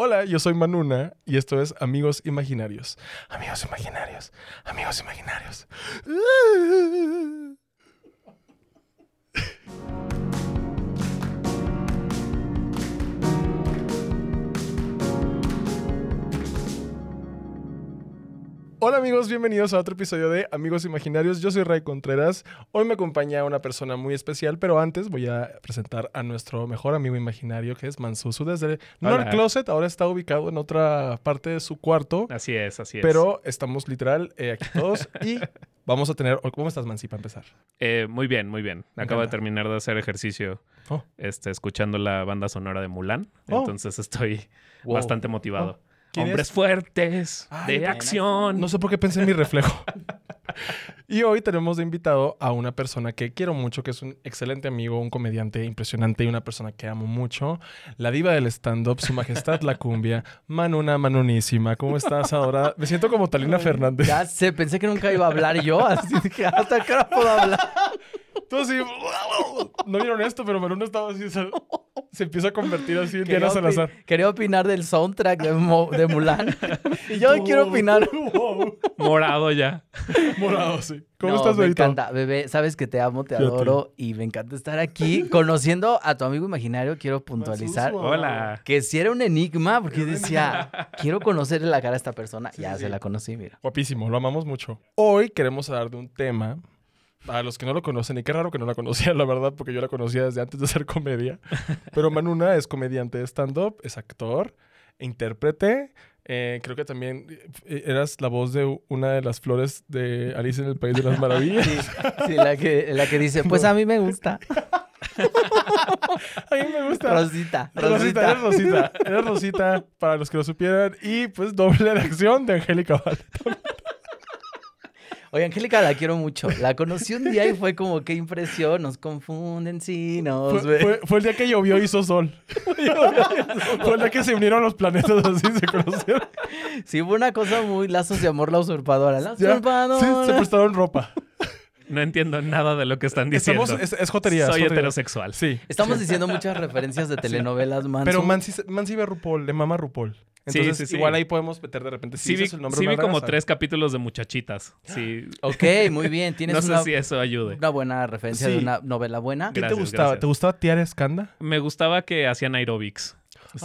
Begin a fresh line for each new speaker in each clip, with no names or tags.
Hola, yo soy Manuna y esto es Amigos Imaginarios. Amigos Imaginarios, amigos Imaginarios. Hola amigos, bienvenidos a otro episodio de Amigos Imaginarios. Yo soy Ray Contreras. Hoy me acompaña una persona muy especial, pero antes voy a presentar a nuestro mejor amigo imaginario, que es Mansusu. Desde no
Hola.
el closet, ahora está ubicado en otra parte de su cuarto,
Así es, así es.
pero estamos literal eh, aquí todos y vamos a tener. ¿Cómo estás, Mansi, para empezar?
Eh, muy bien, muy bien.
Me
Acabo de
encanta.
terminar de hacer ejercicio
Oh.
este, escuchando la banda sonora de Mulan.
Oh.
Entonces estoy
Wow. Oh.
bastante motivado.
¿Quién
Hombres fuertes,
Ah,
de
yo-
acción.
No sé por qué pensé en mi reflejo. y hoy tenemos de invitado a una persona que quiero mucho, que es un excelente amigo, un comediante impresionante y una persona que amo mucho. La diva del stand-up, su majestad la cumbia, Manuna Manunísima. ¿Cómo estás, adorada? Me siento como Talina Fernández.
Ya sé, pensé que nunca iba a hablar yo, así que hasta que ahora puedo hablar.
Tú así, no vieron esto, pero Manuna estaba así, se, se empieza a convertir así en Diana
opi-
Salazar.
quería opinar del soundtrack de, Mo- de Mulan. Y yo quiero opinar.
Wow.
Morado ya.
Morado, sí. ¿Cómo
No,
estás,
Me
Benito?
encanta, bebé. Sabes que te amo, te
Yo
adoro y me encanta estar aquí. Conociendo a tu amigo imaginario, quiero puntualizar
Masuso.
Hola.
que si era un enigma, porque decía, quiero conocerle la cara a esta persona.
Sí,
ya
sí,
se
sí.
la conocí, mira.
Guapísimo, lo amamos mucho. Hoy queremos hablar de un tema. Para los que no lo conocen, y qué raro que no la conocían, la verdad, porque yo la conocía desde antes de hacer comedia. Pero Manuna es comediante de stand-up, es actor, intérprete. eh, creo que también eh, eras la voz de una de las flores de Alicia en el País de las Maravillas.
Sí, sí, la, que, la que dice, pues a mí me gusta.
A mí me gusta.
Rosita,
Rosita,
Rosita.
eres Rosita, eres Rosita, para los que lo supieran. Y pues doble de acción de Angélica Vale.
Oye, Angélica la quiero mucho. La conocí un día y fue como, qué impresión, nos confunden, sí,
Fue,
nos ven.
fue- fue el día que llovió y hizo sol. fue el día que se unieron los planetas así, se conocieron.
Sí, fue una cosa muy lazos de amor, la usurpadora. La
Ya,
usurpadora.
sí, se prestaron ropa.
No entiendo nada de lo que están diciendo.
Estamos, es, es jotería. es
Soy
jotería.
heterosexual.
Sí.
Estamos diciendo muchas referencias de telenovelas, man.
Pero Mansi, se- Mansi ve RuPaul, le mama RuPaul.
Sí,
Entonces,
sí, sí.
igual ahí podemos meter de repente. si
Sí vi,
dices el nombre
sí
una
vi como
grasa.
tres capítulos de muchachitas. Sí.
Ok, muy bien. Tienes
No sé
una,
si eso ayude.
una buena referencia
Sí.
de una novela buena.
¿Qué
Gracias,
te gustaba?
gracias.
¿Te gustaba Tiara Escanda?
Me gustaba que hacían aerobics.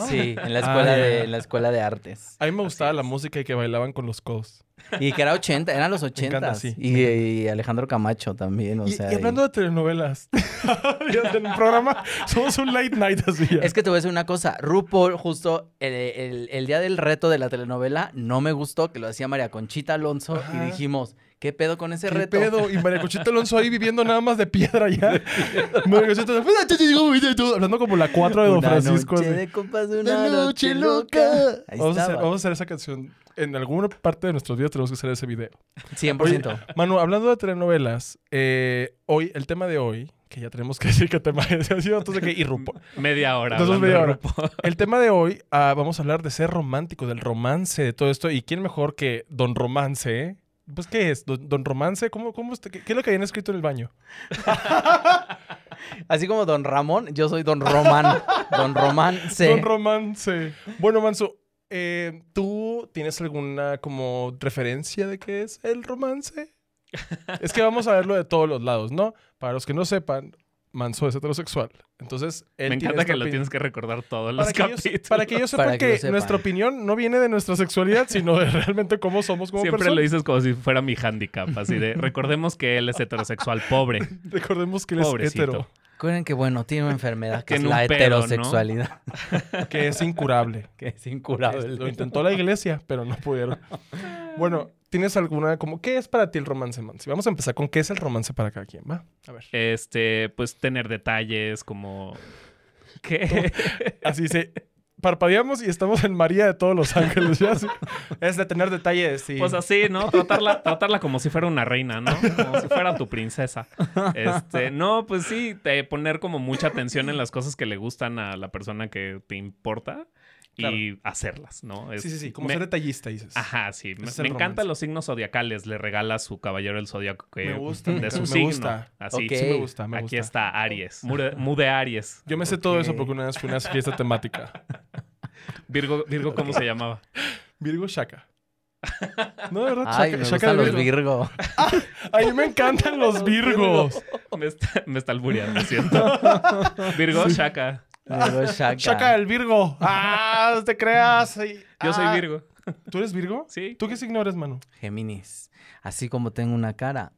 Sí, en la
Ah,
escuela,
ya,
de,
ya.
en la escuela de artes.
A mí me gustaba la música y que bailaban con los codos.
Y que era 80, eran los 80.
encanta, sí,
y, y Alejandro Camacho también, o
Y,
sea.
y hablando de telenovelas, en un programa somos un late night así. ya.
Es que te voy a decir una cosa. RuPaul, justo el, el- el día del reto de la telenovela, no me gustó que lo hacía María Conchita Alonso
Ajá.
y dijimos, ¿qué pedo con ese
¿Qué
reto?
pedo? Y María Conchita Alonso ahí viviendo nada más de piedra ya. María Conchita "Pues, Alonso, hablando como la 4 de Don
Una
Francisco.
noche
así.
de copas de
La
una noche loca. Ahí
Vamos a, hacer,
estaba.
vamos a hacer esa canción. En alguna parte de nuestros días tenemos que hacer ese video.
100%.
Manu, hablando de telenovelas, eh, hoy, el tema de hoy, que ya tenemos que decir qué tema es, ha sido entonces que y RuPaul.
Media hora.
Entonces,
hablando
media
de
hora.
RuPaul.
El tema de hoy, ah, vamos a hablar de ser romántico, del romance, de todo esto. ¿Y quién mejor que Don Romance? eh? Pues, ¿qué es? ¿Don, don Romance? ¿Cómo, cómo está- ¿Qué qué es lo que habían escrito en el baño?
Así como Don Ramón, yo soy Don Román. Don Román C.
Don Romance. Bueno, Manso, eh, ¿tú tienes alguna como referencia de qué es el romance? es que vamos a verlo de todos los lados, ¿no? Para los que no sepan, Manso es heterosexual. Entonces, él
Me
tiene
encanta
esta
que lo
opinión.
tienes que recordar todos los
para que, ellos,
capítulos.
para que ellos sepan
Para que
que,
lo sepan.
nuestra opinión no viene de nuestra sexualidad, sino de realmente cómo somos como
Siempre lo
personas.
dices como si fuera mi handicap, así de recordemos que él es heterosexual pobre.
Recordemos que él es
Pobrecito.
hetero,
Recuerden que, bueno, tiene una enfermedad que es
Tiene
la
un pedo, ¿no?
heterosexualidad,
que es incurable.
que es
Lo
incurable.
intentó la iglesia, pero no pudieron. Bueno, ¿tienes alguna como qué es para ti el romance, Mansi? Vamos a empezar con qué es el romance para cada quien, va. A ver.
Este, pues tener detalles como que
Así se parpadeamos y estamos en María de todos los ángeles. ¿ya? Sí. Es de tener detalles y
pues así, ¿no? Tratarla, tratarla como si fuera una reina, ¿no? Como si fuera tu princesa. Este, no, pues sí, te- poner como mucha atención en las cosas que le gustan a la persona que te importa y hacerlas, ¿no? Es-
sí, sí, sí, como
me-
ser detallista dices.
Ajá, sí. Me,
Ese es el
me encantan
romance.
los signos zodiacales. Le regala su caballero el zodiaco que
Me gusta, me
de su
encanta, me
signo.
gusta.
Así.
Ok.
Sí me gusta, Ah, me
Aquí
gusta.
está Aries. Mude, mude Aries.
Yo me sé todo eso
Ok.
porque una vez fui a una fiesta temática.
Virgo, Virgo, ¿cómo se llamaba?
Virgo Shaka. No, de verdad, Shaka,
Ay, me
Shaka
gustan
de
los
Virgo.
Virgo.
A mí me encantan los Virgos.
Me está, me está albureando, lo siento. Virgo, Shaka.
Virgo Shaka.
Shaka el Virgo. Ah, no te creas. Ay,
Yo soy
ah.
Virgo.
¿Tú eres Virgo?
Sí.
¿Tú qué signo eres, Manu?
Géminis. Así como tengo una cara,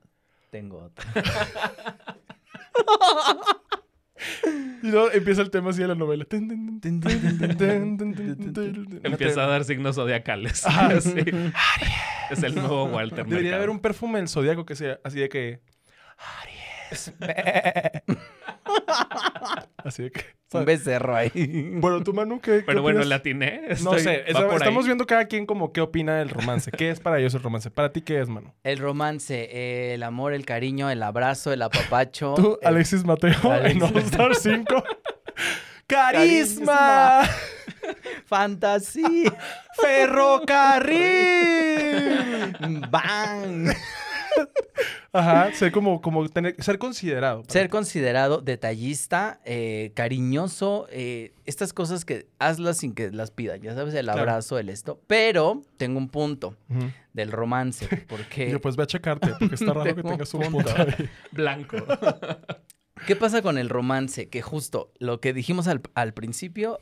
tengo otra.
Y luego empieza el tema así de la novela. Tin, tin, tin, tin, tin, tin, tin, tin, tin, tin, tin.
Empieza a dar signos zodiacales. Sí. Es el nuevo Walter
Ah, Debería
Mercado.
haber un perfume del zodiaco que sea así de que. Aries. así de que.
Un
¿sabes?
becerro ahí.
Bueno, tú, Manu, ¿qué. qué
Pero bueno,
opinas?
la atiné.
No
Estoy-
sé,
va
esa-
por ahí.
estamos viendo cada quien como qué opina del romance. ¿Qué es para ellos el romance? ¿Para ti qué es, Manu?
El romance, eh, el amor, el cariño, el abrazo, el apapacho.
Tú,
el-
Alexis Mateo, en
Eh, Alexis.
All Star 5. ¡Carisma!
Carisma. Fantasía.
¡Ferrocarril!
Bang.
Ajá, ser como, como tener, ser considerado.
Ser considerado detallista, eh, cariñoso, eh, estas cosas que hazlas sin que las pidan, ya sabes, el
Claro.
abrazo, el esto. Pero tengo un punto
Ujú.
del romance,
Y
porque
yo, pues ve a checarte, porque está raro que
Tengo
tengas un
punto.
punto ahí.
Blanco.
¿qué pasa con el romance? Que justo lo que dijimos al, al principio,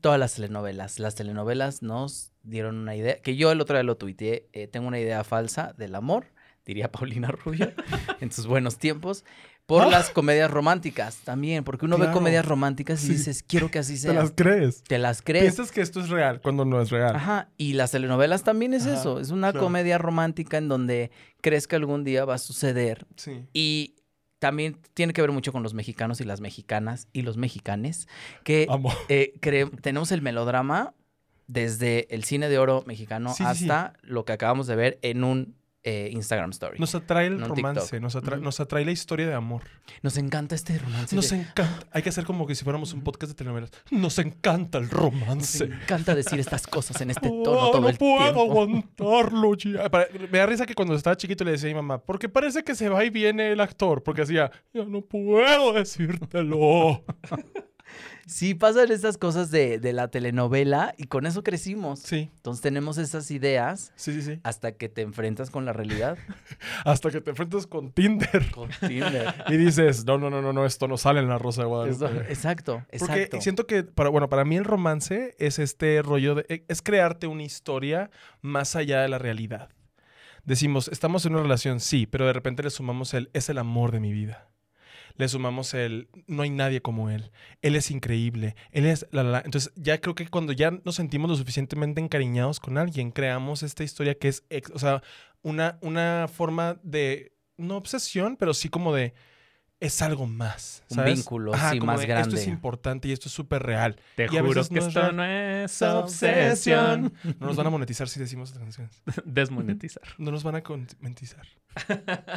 todas las telenovelas, las telenovelas nos dieron una idea, que yo el otro día lo tuiteé, eh, tengo una idea falsa del amor, diría Paulina Rubio, en sus buenos tiempos. Por las comedias románticas también, porque uno ve
Ah. Claro.
comedias románticas y
Sí.
dices, quiero que así sea.
Te las crees.
Te las crees.
Piensas que esto es real cuando no es real.
Ajá. Y las telenovelas también es
Ajá,
eso. Es una
claro.
comedia romántica en donde crees que algún día va a suceder.
Sí.
Y también tiene que ver mucho con los mexicanos y las mexicanas y los mexicanes, que
Amo.
eh, cre- tenemos el melodrama desde el cine de oro mexicano
Sí, sí, sí.
hasta lo que acabamos de ver en un eh, Instagram Story. Nos,
Nos atrae el
No, en
romance,
TikTok.
nos atrae,
Ujú.
nos atrae la historia de amor.
encanta este romance.
Nos
de-
encanta. Hay que hacer como que si fuéramos un podcast de telenovelas. Nos encanta el
nos
romance.
encanta decir estas cosas en este tono
Oh,
todo
no
el
puedo
tiempo.
aguantarlo ya. Para- me da risa que cuando estaba chiquito le decía a mi mamá, porque parece que se va y viene el actor, porque hacía, yo no puedo decírtelo.
Sí, pasan estas cosas de, de la telenovela y con eso crecimos.
Sí,
Entonces tenemos esas ideas
sí, sí, sí.
hasta que te enfrentas con la realidad.
Hasta que te enfrentas con Tinder
Con Tinder.
y dices, no, no, no, no, no, esto no sale en la Rosa de Guadalupe.
Eso- exacto,
Porque
exacto.
siento que, para, bueno, para mí el romance es este rollo de, es crearte una historia más allá de la realidad. Decimos, estamos en una relación, sí, pero de repente le sumamos el, es el amor de mi vida. Le sumamos el, no hay nadie como él. Él es increíble. Él es, la, la, la. Entonces, ya creo que cuando ya nos sentimos lo suficientemente encariñados con alguien, creamos esta historia que es, ex- o sea, una, una forma de, no obsesión, pero sí como de, es algo más.
Un
¿sabes?
vínculo, sí,
como
más
de, Esto es
grande".
importante y esto es súper real.
Te
Y a
juro
veces
que
no es
esto
real.
no es obsesión.
No nos van a monetizar si decimos estas canciones.
Desmonetizar.
No nos van a monetizar.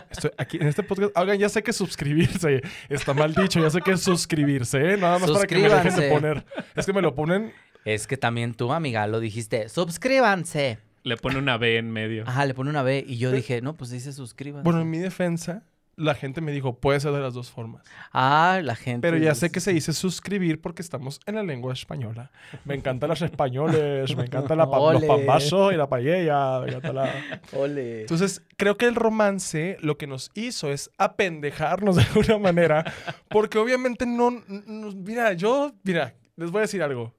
Estoy aquí en este podcast. Oigan, ya sé que suscribirse está mal dicho. Ya sé que es suscribirse, ¿eh? Nada más para que me dejen de
Suscríbanse.
poner. Es que me lo ponen.
Es que también tú, amiga, lo dijiste, suscríbanse.
Le pone una B en medio.
Ah.
Ajá, le pone una B y yo dije, no, pues dice suscríbanse.
Bueno, en mi defensa, la gente me dijo, puede ser de las dos formas.
ah, la gente.
Pero ya sé que se dice suscribir porque estamos en la lengua española. Me encantan los españoles, me encantan la pa- los
Ole.
pambazos y la paella. Me encanta la...
Ole.
Entonces, creo que el romance lo que nos hizo es apendejarnos de alguna manera, porque obviamente no, n- n- Mira, yo, mira, les voy a decir algo.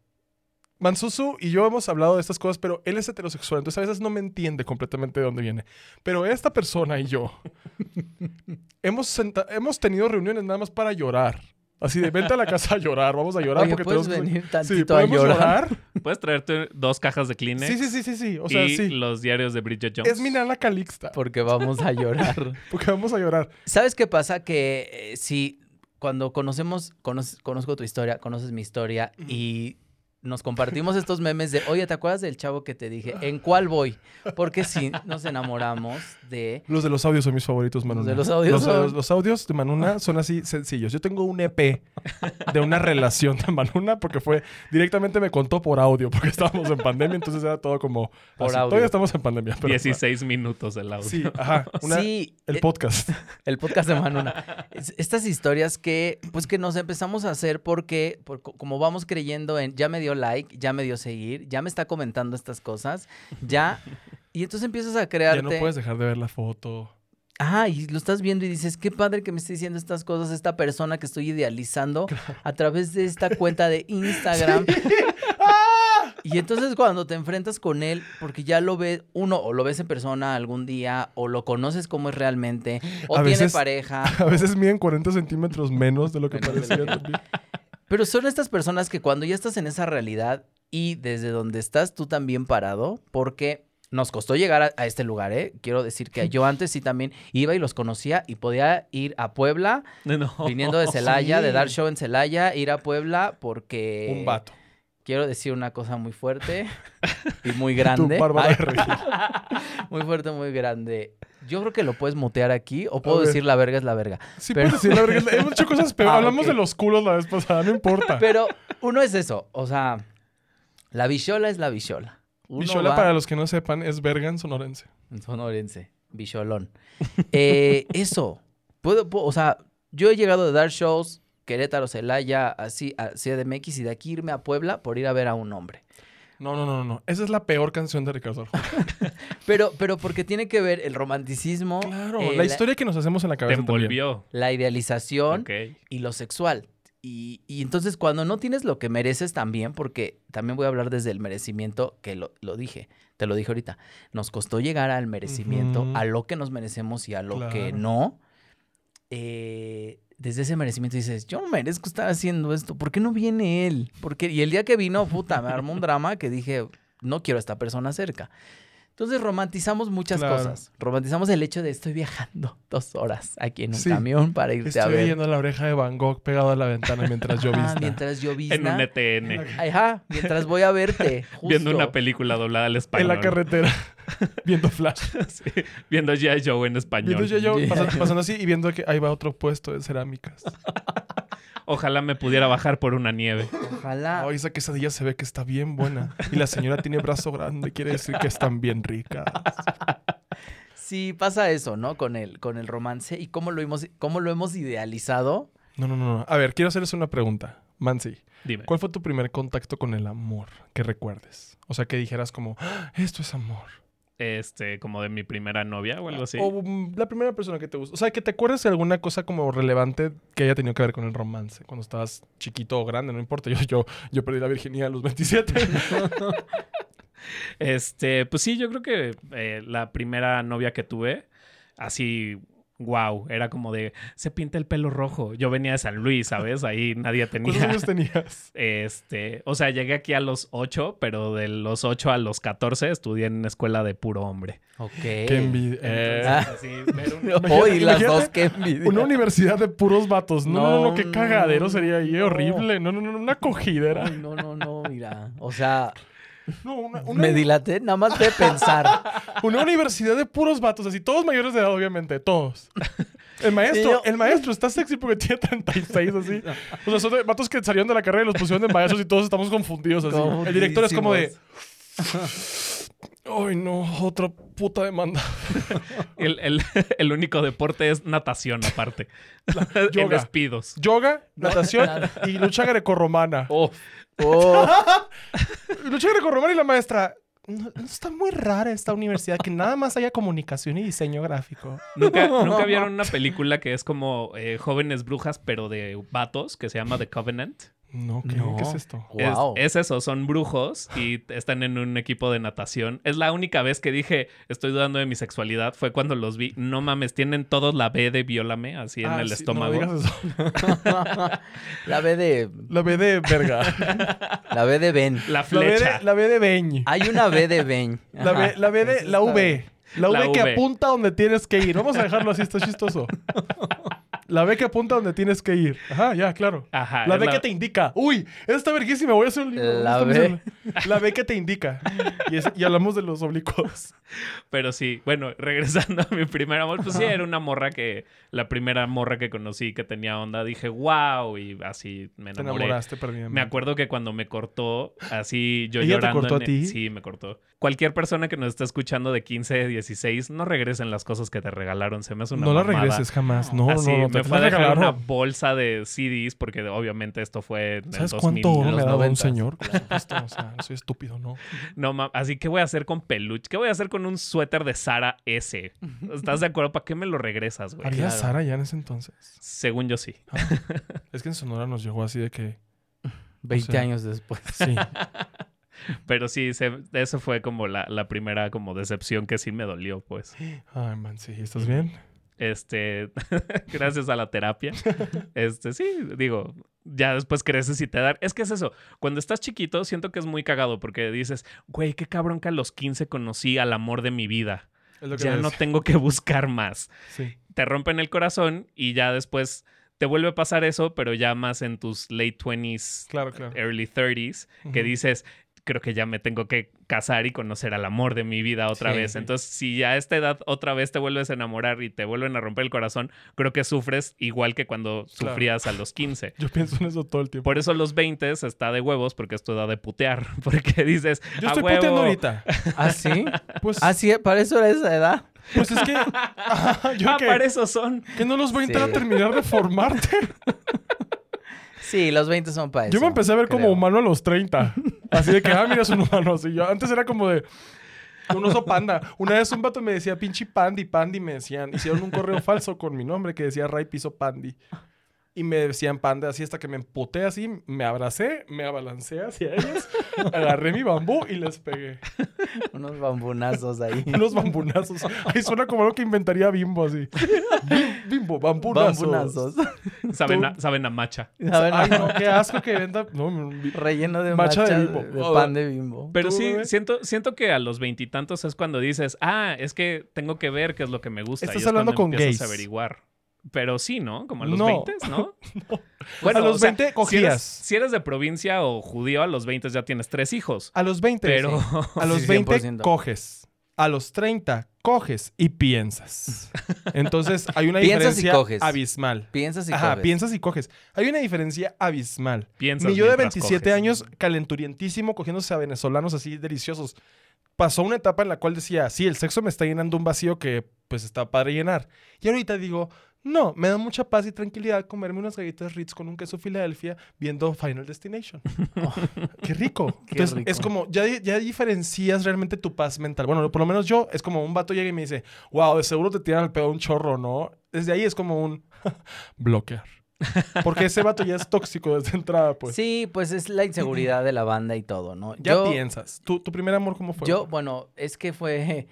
Mansusu y yo hemos hablado de estas cosas, pero él es heterosexual, entonces a veces no me entiende completamente de dónde viene. Pero esta persona y yo hemos, senta- hemos tenido reuniones nada más para llorar. Así de, vente a la casa a llorar, vamos a llorar.
Oye,
porque
¿puedes
tenemos que-
venir
Sí,
tantito a
¿podemos
llorar?
Puedes traerte dos cajas de Kleenex
Sí, sí, sí, sí, sí. O sea,
y
sí.
los diarios de Bridget Jones.
Es mi nana calixta,
Porque vamos a llorar.
porque vamos a llorar.
¿Sabes qué pasa? Que eh, si cuando conocemos, conoz- conozco tu historia, conoces mi historia y nos compartimos estos memes de, oye, ¿te acuerdas del chavo que te dije? ¿En cuál voy? Porque si nos enamoramos de...
Los de los audios son mis favoritos, Manuna.
de los audios
Los,
son-
los- los audios de Manuna son así sencillos. Yo tengo un EP de una relación de Manuna porque fue directamente me contó por audio porque estábamos en pandemia, entonces era todo como
Por
así.
audio.
Todavía estamos en pandemia, pero
16 minutos el audio.
Sí, ajá, una-
sí,
el
eh,
podcast.
el podcast de Manuna. Es- Estas historias que, pues, que nos empezamos a hacer porque, por co- como vamos creyendo en, ya me dio dio like, ya me dio seguir, ya me está comentando estas cosas, ya. Y entonces empiezas a
Ya
crearte.
no puedes dejar de ver la foto.
Ah, y lo estás viendo y dices, qué padre que me esté diciendo estas cosas esta persona que estoy idealizando a través de esta cuenta de Instagram.
¡Ah!
Y entonces cuando te enfrentas con él, porque ya lo ves, uno, o lo ves en persona algún día, o lo conoces como es realmente, o
A
tiene
veces-
pareja.
A veces miden 40 centímetros menos de lo que
Menos de
parecía
lo que-
también.
Pero son estas personas que cuando ya estás en esa realidad y desde donde estás tú también parado, porque nos costó llegar a, a este lugar, ¿eh? Quiero decir que yo antes sí también iba y los conocía y podía ir a Puebla,
No.
viniendo de Celaya, de
sí.
dar show en Celaya, ir a Puebla porque...
Un vato.
Quiero decir una cosa muy fuerte y muy
Tú,
grande.
Bárbara
Ay,
de Regil.
muy fuerte, muy grande. Yo creo que lo puedes mutear aquí o
A
puedo
ver.
decir la verga es la verga.
Sí,
Pero-
puedes decir la verga. Hemos hecho cosas peores.
Ah,
Hablamos
ok.
de los culos la vez pasada, no importa.
Pero uno es eso, o sea, la bichola es la bichola. Uno
Bichola,
va-
para los que no sepan, es vergan sonorense.
Sonorense, bicholón. Eh, eso, puedo, puedo- o sea, yo he llegado de dar shows, Querétaro, Celaya, así, a CDMX y de aquí irme a Puebla por ir a ver a un hombre.
No, no, no, no, no. Esa es la peor canción de Ricardo Arjona.
Pero, pero porque tiene que ver el romanticismo,
Claro,
eh,
la historia que nos hacemos en la
Te
cabeza. también.
envolvió.
la idealización
Ok.
y lo sexual. Y, y entonces cuando no tienes lo que mereces también, porque también voy a hablar desde el merecimiento, que lo, lo dije, te lo dije ahorita, nos costó llegar al merecimiento,
Ujú.
a lo que nos merecemos y a lo que
Claro.
no. Eh, desde ese merecimiento dices, yo no merezco estar haciendo esto, ¿por qué no viene él? Porque, y el día que vino, puta, me armó un drama que dije, no quiero a esta persona cerca. Entonces romantizamos muchas
Claro.
cosas. Romantizamos el hecho de estoy viajando dos horas aquí en un
Sí.
camión para irte a
Estoy
ver.
viendo la oreja de Van Gogh pegada a la ventana mientras yo
Ah,
vista.
mientras yo
En
visna.
un ETN.
Ajá, mientras voy a verte. Justo.
Viendo una película doblada al español.
En la carretera, viendo flash.
Sí, Viendo G.I. Joe en español.
Viendo yo, yo
Yeah.
pasando, pasando así y viendo que ahí va otro puesto de cerámicas.
Ojalá me pudiera bajar por una nieve.
Ojalá.
Ay, esa quesadilla se ve que está bien buena. Y la señora tiene brazo grande, quiere decir que están bien ricas.
Sí, pasa eso, ¿no? Con el, con el romance y cómo lo hemos, cómo lo hemos idealizado.
No, no, no. no. A ver, quiero hacerles una pregunta. Mansi,
Dime.
¿cuál fue tu primer contacto con el amor que recuerdes? O sea, que dijeras como, "Ah, esto es amor.
Este, como de mi primera novia o algo así.
Oh.
O mm, la primera persona que te gusta. O sea, que te acuerdes de alguna cosa como relevante que haya tenido que ver con el romance. Cuando estabas chiquito o grande, no importa. Yo, yo, yo perdí la virginidad a los 27.
Este, pues sí, yo creo que eh, la primera novia que tuve, así, wow, era como de, se pinta el pelo rojo. Yo venía de San Luis, ¿sabes? Ahí nadie
¿Cuántos
tenía.
años tenías?
Este, o sea, llegué aquí a los 8, pero de los 8 a los 14 estudié en una escuela de puro hombre.
Ok.
Qué envidia.
Entonces,
Eh,
Ah.
así, ver un-
Hoy las
imagínate
dos, qué envidia.
Una universidad de puros vatos. No, no, no,
No,
qué cagadero sería ahí.
no.
Horrible. No, no, no, una cogidera.
Ay, no, no, no, mira. O sea,
No, una, una-
me dilaté nada más de pensar.
Una universidad de puros vatos, así, todos mayores de edad, obviamente, todos. El maestro,
Y yo-
el maestro está sexy porque tiene 36, así. O sea, son de vatos que salieron de la carrera y los pusieron de maestros y todos estamos confundidos, así. El director es como de, ay no, otra puta demanda.
el, el- el único deporte es natación, aparte. en
yoga.
despidos.
Yoga,
No,
natación
nada.
y lucha grecorromana.
Oh,
Oh,
Lucha grecorromana y la maestra... "No, no, está muy rara esta universidad, que nada más haya comunicación y diseño gráfico.
¿Nunca, nunca vieron una película que es como eh, jóvenes brujas, pero de vatos, que se llama The Covenant?
No, ¿qué,
no.
¿qué es esto?
Es-
Wow.
Es, eso, son brujos y t- están en un equipo de natación. Es la única vez que dije, estoy dudando de mi sexualidad, fue cuando los vi. No mames, tienen todos la B de viólame así en
Ah,
el
sí, no me
estómago.
digas eso.
La B de.
La B de verga.
La B de Ben.
La
La
B
flecha.
de, la B de Beñ.
Hay una B de Ben.
La B, la B de la V. La V
La
que
V.
apunta donde tienes que ir. Vamos a dejarlo así, está chistoso. La B que apunta donde tienes que ir. Ajá, ya, claro.
Ajá,
la
Ah, es
B
la-
que te indica. Uy, esa está verguísima. Voy a hacer un libro.
La
Está muy
B.
buena. La B que te indica. Y, es- y hablamos de los oblicuos.
Pero sí, bueno, regresando a mi primer amor, pues sí, era una morra que, la primera morra que conocí que tenía onda, dije, wow, y así me
Te
enamoré.
enamoraste perdidamente.
Me acuerdo que cuando me cortó, así yo
¿Ella te
llorando.
cortó
en-
a ti?
Sí, me cortó. Cualquier persona que nos está escuchando de 15, 16, no regresen las cosas que te regalaron. Se me hace una
No la
mamada.
regreses jamás. No,
Así
no, no.
me
Te
fue a
Me
dejar una
regalaron.
bolsa de CDs porque de- obviamente esto fue en el
¿Sabes
2000,
cuánto oro
los
me ha dado un
90s.
señor? Por supuesto, o sea, soy estúpido, ¿no?
No, ma- así que voy a hacer con peluche. ¿Qué voy a hacer con un suéter de Sara S? ¿Estás de acuerdo? ¿Para qué me lo regresas, güey?
¿Había
claro.
Sara ya en ese entonces?
Según yo sí.
Ah. es que en Sonora nos llegó así de que...
20
sea,
años después.
Sí,
Pero sí, se- eso fue como la, la primera como decepción que sí me dolió, pues.
Ay, man, sí, ¿estás bien?
Este, gracias a la terapia. Este, sí, digo, ya después creces y te dan. Es que es eso, cuando estás chiquito siento que es muy cagado porque dices, güey, qué cabrón que a los 15 conocí al amor de mi vida.
Es lo que
Ya
me
no
decía.
tengo que buscar más.
Sí.
te rompen el corazón y ya después te vuelve a pasar eso, pero ya más en tus late 20s,
Claro, claro.
early 30s, que
Ujú.
dices, creo que ya me tengo que casar y conocer al amor de mi vida otra
Sí.
vez. Entonces, si ya a esta edad otra vez te vuelves a enamorar y te vuelven a romper el corazón, creo que sufres igual que cuando
Claro.
sufrías a los 15.
Yo pienso en eso todo el tiempo.
Por eso los 20 está de huevos, porque es tu edad de putear, porque dices,
Yo
"A
estoy
huevo".
puteando ahorita.
¿Ah, sí?
Pues,
Ah, sí, para eso era esa edad.
pues es que... Ajá, yo
Ah,
que,
para eso son.
que no los voy a entrar
Sí.
a terminar de formarte.
Sí, los 20 son para eso.
Yo me empecé a ver como
creo.
humano a los 30. Así de que, ah, mira, es un humano. Así yo, antes era como de un oso panda. Una vez un vato me decía, pinche pandi, pandi, me decían. Hicieron un correo falso con mi nombre que decía Ray Piso Pandi. Y me decían panda así hasta que me emputé así, me abracé, me abalancé hacia ellos, agarré mi bambú y les pegué.
Unos bambunazos ahí.
Unos bambunazos. Ahí suena como algo que inventaría Bimbo así. Bim- Bimbo, bambunazos.
Bambunazos.
Saben a, saben a macha.
A ver,
Ay, no, qué asco que venda. No, mi-
Relleno de
Macha
macha,
de
de,
bimbo.
de pan de bimbo.
Pero
¿Tú,
sí,
bebé?
siento, siento que a los veintitantos es cuando dices, ah, es que tengo que ver qué es lo que me gusta.
Estás
y es
hablando
cuando
con
empiezas
gays.
a averiguar. Pero sí, ¿no? Como a los
No.
20, ¿no?
A los
o sea,
20
si eres,
cogías.
si eres de provincia o judío, a los 20 ya tienes tres hijos.
A los 20.
Pero
A los
Sí,
20
100%.
coges. A los 30 coges y piensas. Entonces hay una
Piensas y
diferencia
coges.
abismal.
Piensas y
Ajá,
coges.
piensas y coges. Hay una diferencia abismal.
piensas.
Mi yo de
mientras
27
coges.
años, calenturientísimo, cogiéndose a venezolanos así deliciosos. Pasó una etapa en la cual decía, sí, el sexo me está llenando un vacío que pues está para llenar. Y ahorita digo, no, me da mucha paz y tranquilidad comerme unas galletas Ritz con un queso Filadelfia viendo Final Destination. Oh, ¡Qué rico!
Qué
Entonces
rico.
es como, ya, di- ya diferencias realmente tu paz mental. Bueno, por lo menos yo, es como un vato llega y me dice, wow, de seguro te tiran al pedo un chorro, ¿no? Desde ahí es como un bloquear. Porque ese vato ya es tóxico desde entrada, pues.
Sí, pues es la inseguridad de la banda y todo, ¿no?
Ya
Yo-
piensas. ¿Tu, ¿Tu primer amor cómo fue?
Yo, bueno, es que fue,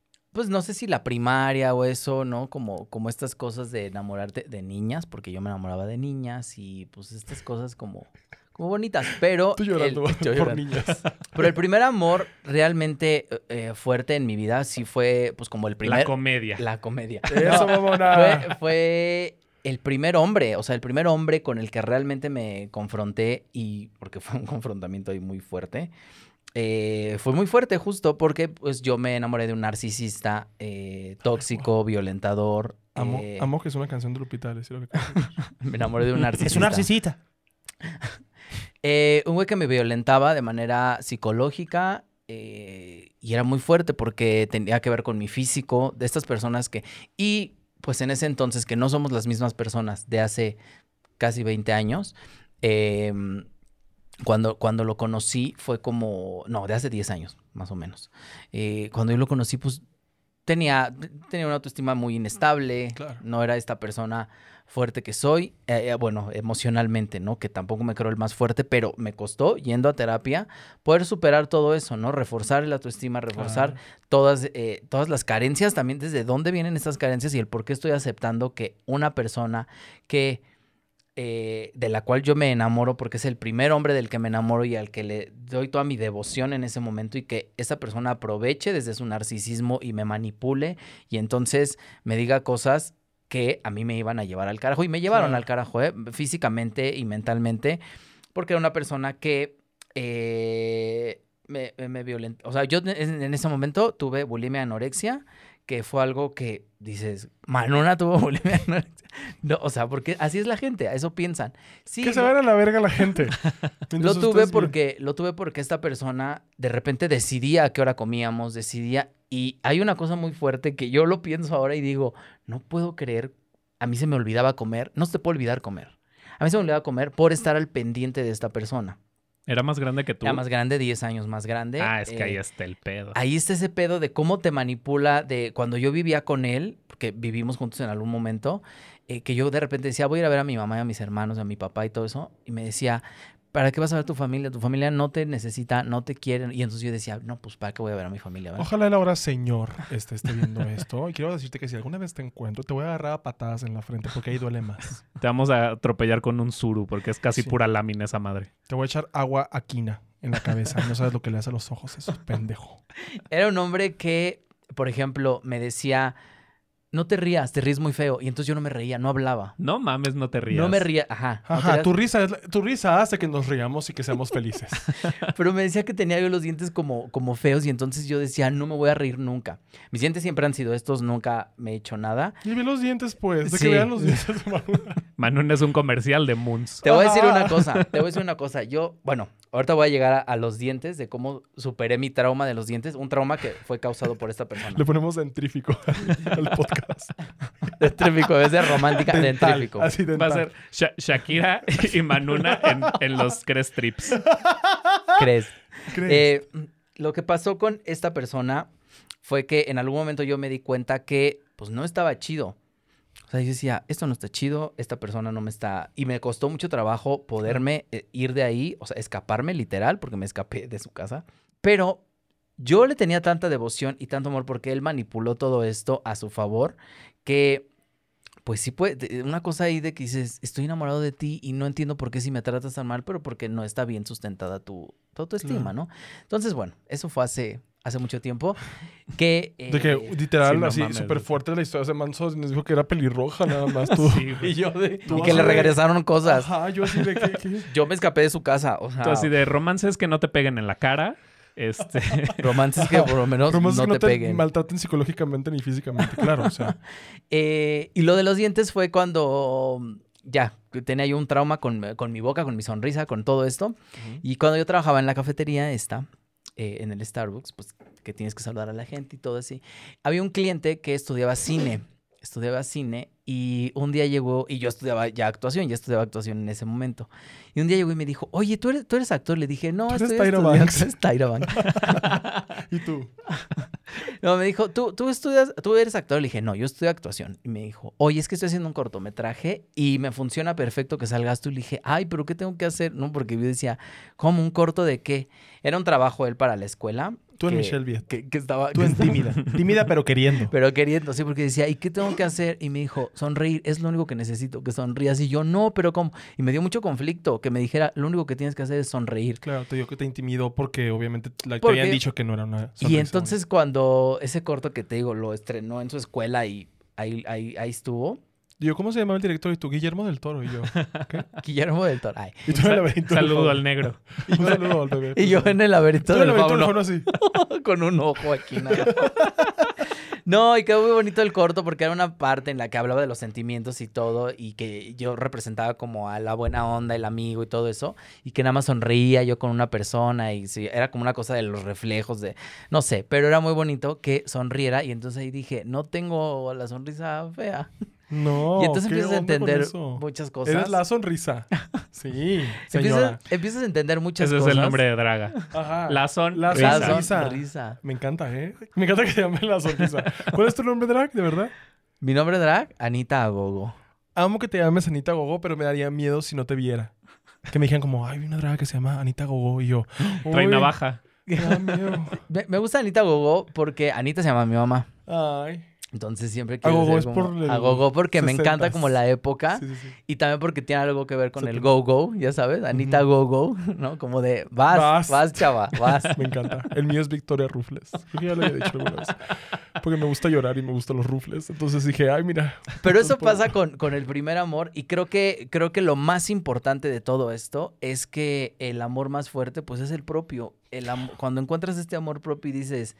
pues no sé si la primaria o eso, ¿no? Como, como estas cosas de enamorarte de niñas, porque yo me enamoraba de niñas y pues estas cosas como, como bonitas, pero...
Tú
el-
llorando
yo
por
llorando.
niñas.
Pero el primer amor realmente eh, fuerte en mi vida sí fue, pues como el
La
primer...
comedia.
la comedia.
Eso,
No,
mamona.
fue, fue el primer hombre, o sea, el primer hombre con el que realmente me confronté y porque fue un confrontamiento ahí muy fuerte. Eh, fue muy fuerte justo porque pues yo me enamoré de un narcisista eh, tóxico, violentador.
Amo,
eh,
amo que es una canción de Lupita, le lo que
Me enamoré de un narcisista.
narcisita.
Eh, un güey que me violentaba de manera psicológica eh, y era muy fuerte porque tenía que ver con mi físico, de estas personas que... Y pues en ese entonces, que no somos las mismas personas de hace casi 20 años, eh, cuando, cuando lo conocí fue como... No, de hace 10 años, más o menos. Eh, cuando yo lo conocí, pues tenía, tenía una autoestima muy inestable,
Claro.
no era esta persona fuerte que soy, eh, eh, bueno, emocionalmente, ¿no? Que tampoco me creo el más fuerte, pero me costó, yendo a terapia, poder superar todo eso, ¿no? Reforzar la autoestima, reforzar todas, eh, todas las carencias, también desde dónde vienen estas carencias y el por qué estoy aceptando que una persona que... eh, de la cual yo me enamoro porque es el primer hombre del que me enamoro y al que le doy toda mi devoción en ese momento y que esa persona aproveche desde su narcisismo y me manipule y entonces me diga cosas que a mí me iban a llevar al carajo. Y me llevaron
Claro.
al carajo, ¿eh? físicamente y mentalmente, porque era una persona que eh, me, me violentó. O sea, yo en, en ese momento tuve bulimia anorexia, que fue algo que dices, Manuna tuvo bulimia anorexia. No, o sea, porque así es la gente, a eso piensan. Sí,
que se
lo-
vayan a la verga la gente.
lo
Mientras
tuve
estés bien.
porque lo tuve porque esta persona de repente decidía a qué hora comíamos, decidía y hay una cosa muy fuerte que yo lo pienso ahora y digo, no puedo creer a mí se me olvidaba comer. No se te puede olvidar comer. A mí se me olvidaba comer por estar al pendiente de esta persona.
Era más grande que tú.
Era más grande, 10 años más grande.
ah, es que
eh,
ahí está el pedo.
Ahí está ese pedo de cómo te manipula, de cuando yo vivía con él, porque vivimos juntos en algún momento, eh, que yo de repente decía, voy a ir a ver a mi mamá y a mis hermanos, a mi papá y todo eso, y me decía, ¿para qué vas a ver a tu familia? Tu familia no te necesita, no te quieren. Y entonces yo decía, no, pues ¿para qué voy a ver a mi familia? verdad?".
Ojalá el ahora señor este, esté viendo esto. Y quiero decirte que si alguna vez te encuentro, te voy a agarrar a patadas en la frente porque ahí duele más.
Te vamos a atropellar con un suru porque es casi
Sí.
pura lámina esa madre.
Te voy a echar agua aquina en la cabeza. No sabes lo que le hace a los ojos, eso es pendejo.
Era un hombre que, por ejemplo, me decía, no te rías, te ríes muy feo. Y entonces yo no me reía, no hablaba.
No mames, no te rías.
No me ría, ajá. no te
Ajá,
rías.
tu risa, es la- tu risa hace que nos riamos y que seamos felices.
Pero me decía que tenía yo los dientes como, como feos y entonces yo decía, no me voy a reír nunca. Mis dientes siempre han sido estos, nunca me he hecho nada.
Y ve los dientes, pues. De
Sí.
que vean los dientes. Manuel.
Manon es un comercial de Moons.
Te voy a decir
Ah.
una cosa, te voy a decir una cosa. Yo, bueno, ahorita voy a llegar a, a los dientes, de cómo superé mi trauma de los dientes, un trauma que fue causado por esta persona.
Le ponemos dentrífico al podcast.
Dentrífico, es de romántica,
Dental,
dentrífico.
Así dental.
Va a ser Sha- Shakira y Manuna en, en los Crest Trips.
¿Crees?
¿Crees?
Eh, lo que pasó con esta persona fue que en algún momento yo me di cuenta que pues no estaba chido. O sea, yo decía, esto no está chido, esta persona no me está... Y me costó mucho trabajo poderme eh, ir de ahí, o sea, escaparme literal, porque me escapé de su casa. Pero yo le tenía tanta devoción y tanto amor porque él manipuló todo esto a su favor, que pues sí puede... te- Una cosa ahí de que dices, estoy enamorado de ti y no entiendo por qué si me tratas tan mal, pero porque no está bien sustentada tu, tu autoestima,
Claro.
¿no? Entonces, bueno, eso fue hace, hace mucho tiempo que...
De que
eh,
literal,
sí, no
así
mames.
súper fuerte la historia de Manso nos dijo que era pelirroja nada más tú.
Sí, güey.
yo de...
y que le regresaron cosas.
Ajá, yo así de que... que-
Yo me escapé de su casa, o sea,
Tú así de romances que no te peguen en la cara. Este,
romances que por lo menos
Pero más
no,
que
te, peguen.
maltraten psicológicamente ni físicamente, claro. O sea,
Eh, y lo de los dientes fue cuando mm, ya que tenía yo un trauma con, eh, con mi boca, con mi sonrisa, con todo esto. Y cuando yo trabajaba en la cafetería esta, eh, en el Starbucks, pues que tienes que saludar a la gente y todo así, había un cliente que estudiaba cine, estudiaba cine y un día llegó, y yo estudiaba ya actuación, ya estudiaba actuación en ese momento, y un día llegó y me dijo, oye, ¿tú eres, tú eres actor? Le dije, no,
Tú eres
estoy
Tyra
estudiando-
Banks".
es Tyra Banks.
y tú.
No, me dijo, ¿Tú, tú estudias, tú eres actor. Le dije, no, yo estudio actuación. Y me dijo, oye, es que estoy haciendo un cortometraje y me funciona perfecto que salgas tú. Y le dije, ay, pero ¿qué tengo que hacer? No, porque yo decía, ¿cómo un corto de qué? Era un trabajo él para la escuela.
Tú en
que-
Michelle Viet.
Que, que estaba...
Tú
que
en
estaba-
tímida. Tímida pero queriendo.
Pero queriendo, sí, porque decía, ¿y qué tengo que hacer? Y me dijo, sonreír, es lo único que necesito, que sonrías. Y yo, no, pero ¿cómo? Y me dio mucho conflicto que me dijera, lo único que tienes que hacer es sonreír.
Claro, te digo que te intimidó porque obviamente la- te
Porque-
habían dicho que no era una
Y
sonrisa
entonces cuando ese corto que te digo lo estrenó en su escuela y ahí, ahí, ahí estuvo,
bonita. Digo, ¿cómo se llamaba el director? Y tú, Guillermo del Toro. Y yo, ¿qué?
Guillermo del Toro. ay.
Y tú en el
sa-
laberinto del
saludo
fauno.
al negro.
Y yo, un saludo al bebé.
Y yo en el laberinto
Tú en el
del
laberinto del
fauno
fauno así.
con un ojo aquí nada. más. No, y quedó muy bonito el corto porque era una parte en la que hablaba de los sentimientos y todo y que yo representaba como a la buena onda, el amigo y todo eso y que nada más sonreía yo con una persona y sí, era como una cosa de los reflejos de no sé, pero era muy bonito que sonriera y entonces ahí dije, no tengo la sonrisa fea.
No.
Y entonces
Oh, ¿qué
empiezas a
onda con
entender
eso?
muchas cosas.
Eres la sonrisa. Sí, señora.
empiezas, empiezas a entender muchas
Ese es
cosas.
el nombre de Draga.
Ajá.
La son.
La
La
risa.
son-
sonrisa.
Me encanta, ¿eh? Me encanta que se llame la sonrisa. ¿Cuál es tu nombre drag, de verdad?
Mi nombre drag, Anita Agogo.
Amo que te llames Anita Gogo, pero me daría miedo si no te viera. Que me dijeran como, ay, hay una drag que se llama Anita Gogo. Y yo,
Trae
"Uy,
navaja.
me da miedo.
Me, me gusta Anita Gogo porque Anita se llama mi mamá.
Ay.
Entonces siempre quiero
Agogó
ser
es
como
por el
Agogó porque me encanta
60s.
como la época
Sí, sí, sí.
y también porque tiene algo que ver con el
70s.
go-go, ya sabes, Anita Go-Go, ¿no? Como de vas, vas,
Vas.
chava, vas.
Me encanta. El mío es Victoria Rufles. Creo que ya lo había dicho alguna vez. Porque me gusta llorar y me gustan los rufles. Entonces dije, ay, mira.
Pero eso
Por favor.
pasa con, con el primer amor y creo que, creo que lo más importante de todo esto es que el amor más fuerte pues es el propio. El am- cuando encuentras este amor propio y dices,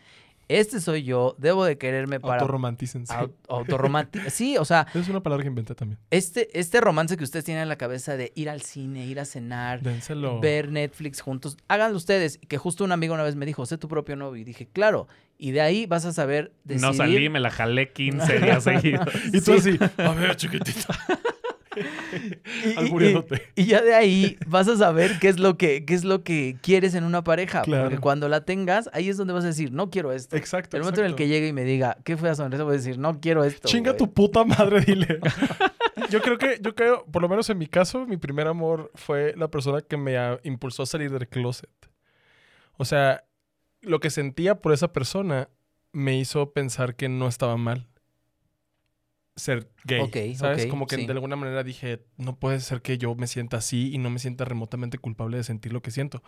este soy yo, debo de quererme para... Ah.
Autorromantícense.
au- autorromanti- sí, o sea,
es una palabra que inventé también.
este, este romance que ustedes tienen en la cabeza de ir al cine, ir a cenar,
Dénselo.
ver Netflix juntos, háganlo ustedes. Que justo un amigo una vez me dijo, sé tu propio novio. Y dije, claro, y de ahí vas a saber decidir.
No salí, me la jalé 15 días seguidos.
Y tú así, a ver, chiquitito.
Y- y- y-
Albureándote.
Y ya de ahí vas a saber qué es lo que, qué es lo que quieres en una pareja. Porque
Claro.
cuando la tengas, ahí es donde vas a decir, no quiero esto.
Exacto.
el momento en el que
exacto.
llegue y me diga, ¿qué fue la sonrisa? Voy a decir, no quiero esto.
Chinga
güey".
tu puta madre, dile. Yo creo que, yo creo, por lo menos en mi caso, mi primer amor fue la persona que me ah, impulsó a salir del closet. O sea, lo que sentía por esa persona me hizo pensar que no estaba mal ser gay.
Ok,
¿Sabes?
ok,
Como que
sí.
de alguna manera dije, no puede ser que yo me sienta así y no me sienta remotamente culpable de sentir lo que siento.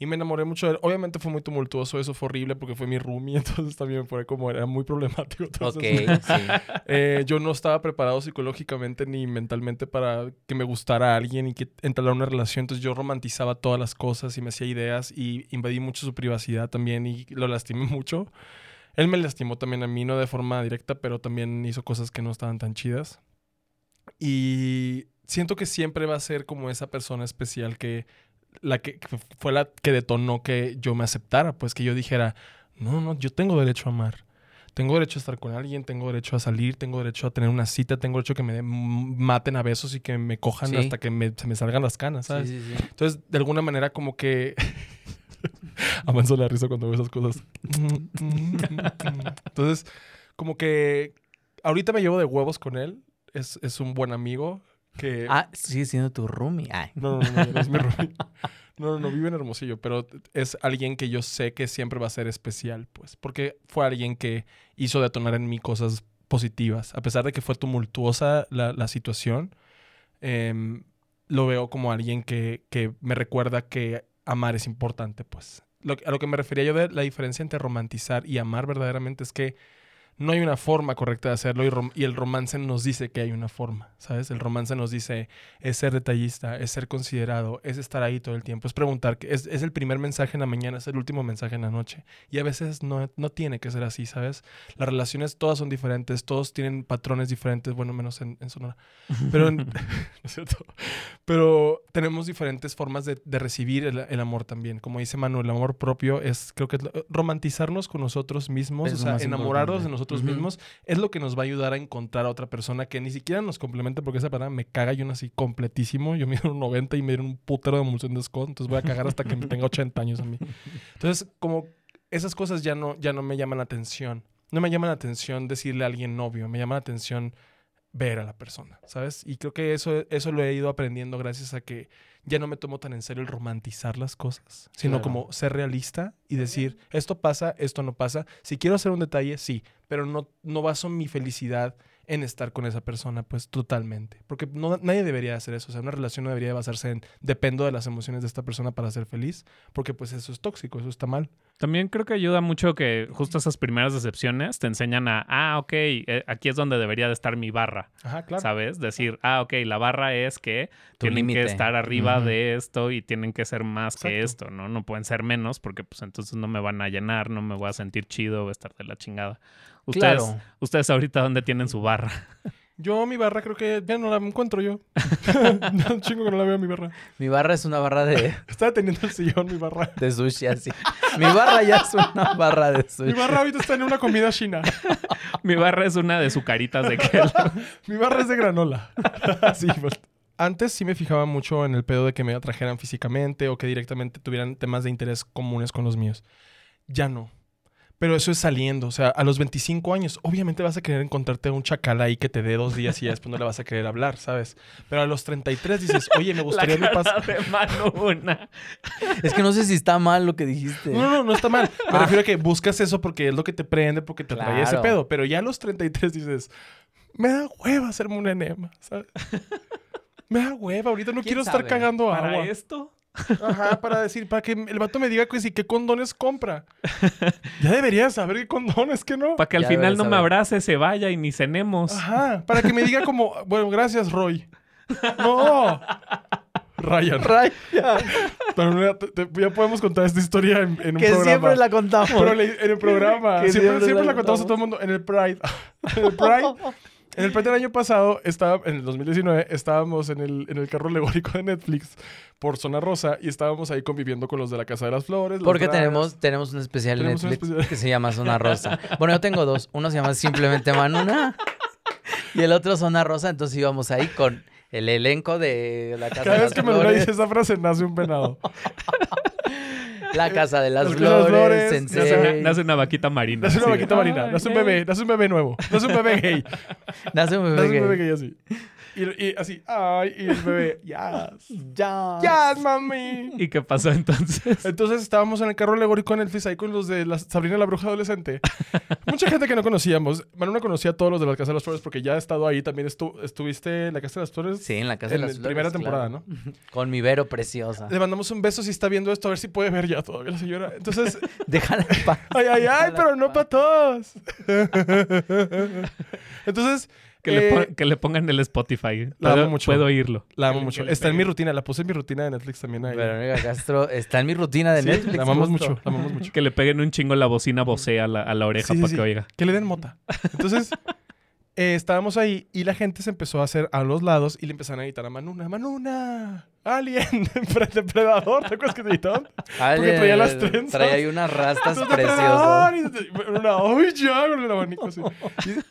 Y me enamoré mucho de él. Obviamente fue muy tumultuoso, eso fue horrible porque fue mi roomie, entonces también fue como, era muy problemático.
Ok,
Entonces,
sí.
eh, yo no estaba preparado psicológicamente ni mentalmente para que me gustara a alguien y que entablara una relación. Entonces yo romantizaba todas las cosas y me hacía ideas y invadí mucho su privacidad también y lo lastimé mucho. Él me lastimó también a mí, no de forma directa, pero también hizo cosas que no estaban tan chidas. Y siento que siempre va a ser como esa persona especial que la que que fue la que detonó que yo me aceptara, pues que yo dijera, no, no, yo tengo derecho a amar. Tengo derecho a estar con alguien, tengo derecho a salir, tengo derecho a tener una cita, tengo derecho a que me den- maten a besos y que me cojan
Sí.
hasta que me- se me salgan las canas,
Sí,
¿sabes?
sí, sí.
Entonces, de alguna manera, como que. Avanzo la risa cuando veo esas cosas. Entonces, como que. Ahorita me llevo de huevos con él. Es, es un buen amigo que.
Ah, sigue siendo tu roomie. Ay.
No, no, no, no, no es mi roomie. No, no, no, vive en Hermosillo, pero es alguien que yo sé que siempre va a ser especial, pues, porque fue alguien que hizo detonar en mí cosas positivas. A pesar de que fue tumultuosa la, la situación, em, lo veo como alguien que, que me recuerda que amar es importante, pues. Lo que- a lo que me refería yo de la diferencia entre romantizar y amar verdaderamente es que no hay una forma correcta de hacerlo y, rom- y el romance nos dice que hay una forma, ¿sabes? El romance nos dice es ser detallista, es ser considerado, es estar ahí todo el tiempo, es preguntar, que- es, es el primer mensaje en la mañana, es el último mensaje en la noche. Y a veces no, no tiene que ser así, ¿sabes? Las relaciones todas son diferentes, todos tienen patrones diferentes, bueno, menos en, en Sonora. Pero, en- no es cierto. Pero tenemos diferentes formas de, de recibir el, el amor también. Como dice Manuel, el amor propio es, creo que es lo- romantizarnos con nosotros mismos,
Es lo
o sea,
más
enamorarnos de
importante.
nosotros
Ujú.
mismos, es lo que nos va a ayudar a encontrar a otra persona que ni siquiera nos complemente, porque esa palabra me caga, yo nací completísimo, yo mido un 90 y me dieron un putero de emulsión de Scott, entonces voy a cagar hasta que me tenga 80 años a mí. Entonces, como esas cosas ya no, ya no me llaman la atención. No me llama la atención decirle a alguien novio, me llama la atención ver a la persona, ¿sabes? Y creo que eso, eso lo he ido aprendiendo gracias a que ya no me tomo tan en serio el romantizar las cosas, sino
Claro.
como ser realista y decir, esto pasa, esto no pasa, si quiero hacer un detalle, sí, pero no, no baso mi felicidad en estar con esa persona, pues totalmente, porque no, nadie debería hacer eso, o sea, una relación no debería basarse en, dependo de las emociones de esta persona para ser feliz, porque pues eso es tóxico, eso está mal.
También creo que ayuda mucho que justo esas primeras decepciones te enseñan a, ah, ok, eh, aquí es donde debería de estar mi barra,
Ajá, claro.
¿sabes? Decir, ah, ok, la barra es que
Tu
tienen
límite.
que estar arriba
Ujú.
de esto y tienen que ser más que
Exacto.
esto, ¿no? No pueden ser menos porque pues entonces no me van a llenar, no me voy a sentir chido, voy a estar de la chingada. Ustedes,
Claro.
ustedes ahorita dónde tienen su barra.
Yo mi barra creo que ya no la encuentro yo. no, un chingo que no la veo mi barra.
Mi barra es una barra de,
Estaba teniendo el sillón mi barra.
de sushi así. Mi barra ya es una barra de
Mi
sushi.
barra ahorita está en una comida china.
Mi barra es una de sucaritas de que
Mi barra es de granola. Así, pues. Antes sí me fijaba mucho en el pedo de que me atrajeran físicamente o que directamente tuvieran temas de interés comunes con los míos. Ya no. Pero eso es saliendo. O sea, a los 25 años, obviamente vas a querer encontrarte un chacal ahí que te dé dos días y ya después no le vas a querer hablar, ¿sabes? Pero a los 33 dices, oye, me
la
gustaría mi paz.
cara de mano una.
Es que no sé si está mal lo que dijiste.
No, no, no, no está mal. Me refiero a que buscas eso porque es lo que te prende, porque te atrae ese
Claro.
pedo. Pero ya a los 33 dices, me da hueva hacerme un enema, ¿sabes? Me da hueva, ahorita no
¿Quién
quiero estar
sabe?
cagando
Para
agua.
esto.
Ajá, para decir, para que el vato me diga que sí, qué condones compra. Ya deberías saber qué condones, que no.
Para que al
Ya
final
debes
no me
saber.
abrace, se vaya y ni
Ah,
cenemos.
Ajá, para que me diga como, bueno, gracias, Roy. No. Ryan. Pero mira, te- te- ya podemos contar esta historia en, en un
que
programa.
siempre la contamos.
Pero le- en el programa.
Que
Siempre,
siempre
siempre
la
la contamos a todo el mundo. En el Pride. en el Pride. En el Pride del año pasado, estaba, en el 2019, estábamos en el, en el carro alegórico de Netflix por Zona Rosa y estábamos ahí conviviendo con los de la Casa de las Flores. los
Porque
dragas.
tenemos, tenemos un especial en
Tenemos un
Netflix
especial.
que se llama Zona Rosa. Bueno, yo tengo dos. Uno se llama simplemente Manuna y el otro Zona Rosa. Entonces íbamos ahí con el elenco de la Casa
Cada
de
vez
las
que Manuela
Flores.
dice esa frase, nace un venado.
La Casa de las
Las Casas de las
Flores,
Flores,
Sensei.
Nace una, nace una vaquita marina.
Nace una
así de,
vaquita marina.
"Ay,
Nace un
yay".
bebé. Nace un bebé nuevo. Nace un bebé gay.
Nace un
Nace un
bebé
bebé
gay.
gay así. Y, y así, ay, y el bebé, yes,
Ya.
yes, mami.
¿Y qué pasó entonces?
Entonces estábamos en el carro alegórico en el ahí con los de la Sabrina la Bruja Adolescente. Mucha gente que no conocíamos. Manuela conocía a todos los de la Casa de las Flores porque ya he estado ahí. También estu- estuviste en la Casa de las Flores
Sí, en la Casa
en la
de las Flores.
primera temporada,
claro.
¿no?
Con mi Vero preciosa.
Le mandamos un beso si está viendo esto, a ver si puede ver ya todavía la señora. Entonces,
Déjala en paz.
ay, ay, ay, pero no para todos. Entonces,
Que, le,
eh,
pon- que le pongan el Spotify. ¿eh?
la
puedo,
amo mucho.
puedo oírlo.
la amo
que-
mucho.
que le
Está en mi
pegue.
rutina, la puse en mi rutina de Netflix también ahí.
Verónica Castro está en mi rutina de
Sí,
Netflix.
la amamos
justo.
mucho, la amamos mucho.
Que le peguen un chingo la bocina vocea a la, a la oreja
Sí, sí,
para
sí.
que oiga.
Que le den mota. Entonces, eh, estábamos ahí y la gente se empezó a hacer a los lados y le empezaron a gritar a Manuna, Manuna, Alien, Pre- Depredador, ¿te acuerdas que te gritaban?
Ay,
Porque traía las
eh,
trenzas. ¡ah!
Traía ahí unas rastas
"Sos
preciosas.
depredador", y Una, ¡ay, ya! Con el abanico así.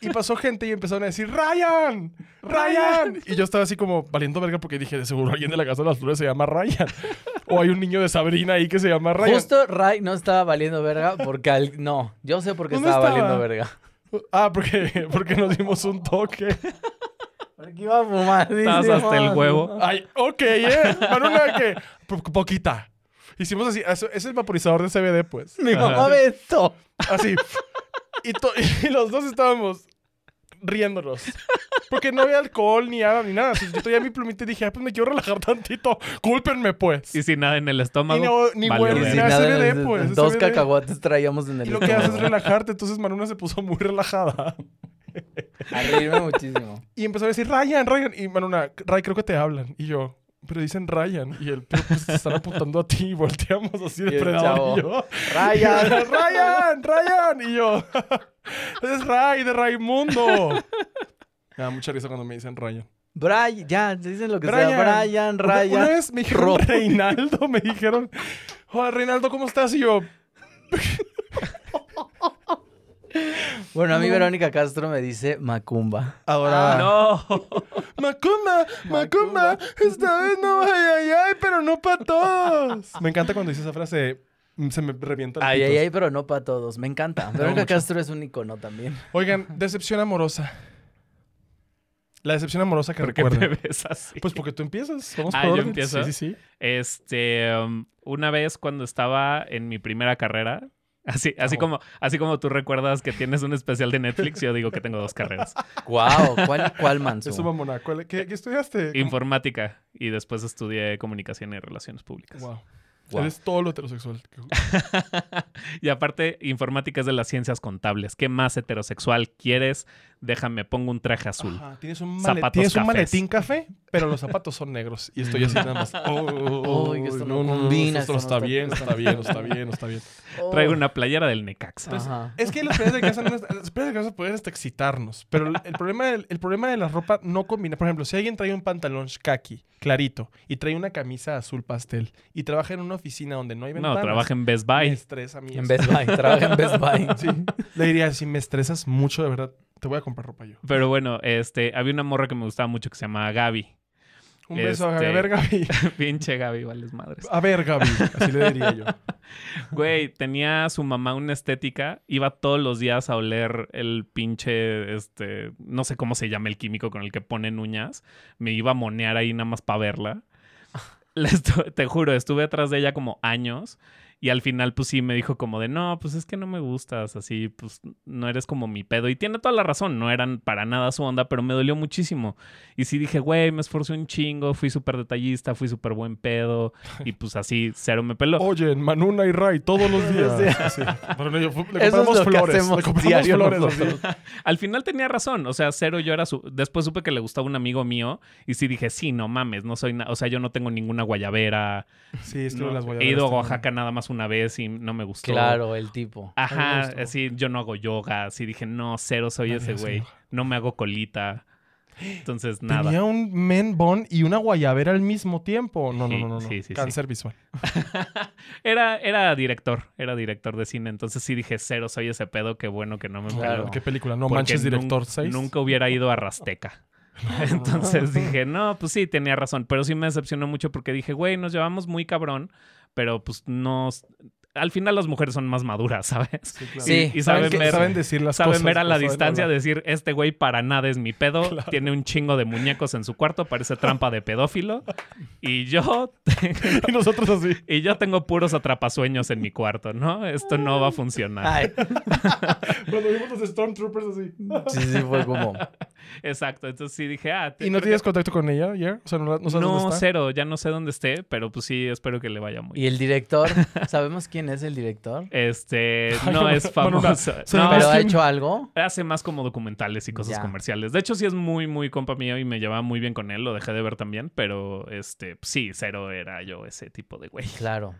Y, y pasó gente y empezaron a decir, ¡Ryan! ¡Ryan! Y yo estaba así como valiendo verga porque dije, de seguro alguien de la Casa de las Flores se llama Ryan. O hay un niño de Sabrina ahí que se llama Ryan.
Justo Ray no estaba valiendo verga porque al- no, yo sé por qué
¿Dónde
estaba,
estaba?
valiendo verga.
Ah, porque, porque nos dimos un toque.
Porque iba a fumar.
Estabas
dice,
hasta el
Ah,
"Mamá".
huevo.
Ay, ok, ¿eh? Manuna, que po- poquita. Hicimos así, eso- es el vaporizador de CBD, pues.
Mi mamá ve esto.
Así. Y, to- y los dos estábamos riéndonos. Porque no había alcohol ni nada, ni nada. Así, yo traía mi plumita y dije, ah, pues me quiero relajar tantito. Cúlpenme, pues.
Y sin nada en el estómago.
Y no- ni
valió
huele,
Y
Pero
verga.
sin
era
nada,
CBD, pues,
dos
CBD.
cacahuates traíamos en el
Y lo que haces es
estómago.
relajarte. Entonces Manuna se puso muy relajada.
A reírme muchísimo.
Y empezó a decir, Ryan, Ryan. Y Manuna, Ray, creo que te hablan. Y yo, pero dicen Ryan. Y él, pero pues te están apuntando a ti. Y volteamos así,
el
depredador. Y yo,
Ryan.
Ryan, Ryan. Y yo, es Ray de Raimundo. Me da mucha risa cuando me dicen Ryan.
Brian, ya, dicen lo que sea.
Brian.
Brian,
Una- Una
Ryan.
vez me dijeron
Ro.
Reinaldo, me dijeron, hola Reinaldo, ¿cómo estás? Y yo,
Bueno, a mí Verónica Castro me dice Macumba.
ahora,
No.
"Ah, Macumba, Macumba, esta vez no, ay, ay, ay, pero no para todos. Me encanta cuando dice esa frase, mm, se me revienta el
Ay,
pito.
ay, ay, pero no para todos. Me encanta. Verónica Castro es un icono también.
Oigan, decepción amorosa. La decepción amorosa que
¿Por qué me
recuerdo.
ves así?
Pues porque tú empiezas. Vamos
Ah,
por
¿yo
orden.
empiezo?
Sí, sí, sí.
Este, um, una vez cuando estaba en mi primera carrera, así, así,
Oh.
como, así como tú recuerdas que tienes un especial de Netflix, yo digo que tengo dos carreras.
Guau, ¿cuál, cuál Manso?
Eso, mamona. ¿Cuál- ¿Qué, qué estudiaste?
Informática y después estudié comunicación y relaciones públicas.
Wow.
Guau.
Eres todo lo heterosexual.
Y aparte, informática es de las ciencias contables. ¿Qué más heterosexual quieres? Déjame, pongo un traje azul.
Ajá, Ah, Tienes un,
Zapatos
male- tienes un
cafés.
maletín café, pero los zapatos son negros. Y estoy así nada más. Oh,
Ay, que esto no
no,
combina,
Esto no
esto no
está bien, no
está-
está bien, no está bien, no está bien.
Oh.
Traigo una playera del Necaxa.
Ajá.
Es que las playas de casa, no es- las playas de casa pueden hasta excitarnos, pero el, el problema del- el problema de la ropa no combina. Por ejemplo, si alguien trae un pantalón khaki clarito y trae una camisa azul pastel y trabaja en una oficina donde no hay
No,
ventanas, Este.
trabaja en Best
me
Buy.
estresa a mí
En
eso.
Best Buy, trabaja en Best Buy.
Le diría, si me estresas mucho, de verdad, te voy a comprar ropa yo.
Pero bueno, este, había una morra que me gustaba mucho que se llamaba Gaby.
Un beso
Este-
a ver, Gaby.
Pinche Gaby, vales madres.
A ver, Gaby. Así le diría yo.
Güey, tenía su mamá una estética, iba todos los días a oler el pinche, este, no sé cómo se llama el químico con el que ponen uñas, me iba a monear ahí nada más para verla. La estu- te juro, estuve atrás de ella como años Y al final, pues sí, me dijo como de, no, pues es que no me gustas, así, pues no eres como mi pedo. Y tiene toda la razón, no eran para nada su onda, pero me dolió muchísimo. Y sí dije, güey, me esforcé un chingo, fui súper detallista, fui súper buen pedo, y pues así, cero me peló.
Oyen, Manuna y Ray todos los días. Así. Pero no, yo- le
Eso es
compramos
lo que
flores.
hacemos
Le compramos
diario
flores.
nosotros.
así.
Al final tenía razón, o sea, cero yo era su... Después supe que le gustaba un amigo mío y sí dije, sí, no mames, no soy... na- O sea, yo no tengo ninguna guayabera.
Sí, es que
no-
las voy a
He
ver
ido a
hasta-
Oaxaca nada más una vez y no me gustó.
Claro, el tipo.
Ajá,
gustó.
así yo no hago yoga, así dije, no, cero soy
Nadie
ese
hace
güey,
yoga.
no me hago colita. Entonces,
Tenía
nada.
un men bun y una guayabera al mismo tiempo. No,
Sí,
no, no, no. no.
sí, sí, sí.
Cáncer visual.
Era, era director, era director de cine, entonces sí dije, cero soy ese pedo, qué bueno que no me
Claro.
peló".
¿Qué película? No
Porque
manches,
nun-
director 6.
Nunca hubiera ido a Rasteca. Entonces dije, no, pues sí, tenía razón. Pero sí me decepcionó mucho porque dije, güey, nos llevamos muy cabrón, pero pues no. Al final las mujeres son más maduras, ¿sabes?
Sí.
¿Saben,
Y saben
qué-
ver,
saben decir las
saben
cosas.
ver a
pues,
la
saben
distancia,
hablar.
decir, este güey para nada es mi pedo,
Claro.
tiene un chingo de muñecos en su cuarto, parece trampa de pedófilo. Y yo,
Y nosotros así.
y yo tengo puros atrapasueños en mi cuarto, ¿no? Esto no va a funcionar.
Ah.
Ay,
Cuando vimos los Stormtroopers así.
sí, sí, fue como.
Exacto. Entonces sí dije, ah, te-
¿Y no
creo que-
tienes contacto con ella ayer? O sea, no, la- no sabes
no,
dónde está.
cero, ya no sé dónde esté, pero pues sí, espero que le vaya muy
¿Y el director? ¿Sabemos quién es el director?
Este,
Ay,
no
no,
es
bueno, una-
famoso.
se
No,
me
¿Pero ha
sí.
hecho algo?
hace más como documentales y cosas
Ya.
comerciales. De hecho, sí es muy, muy compa mío y me llevaba muy bien con él, lo dejé de ver también, pero este, sí, cero era yo ese tipo de güey.
Claro.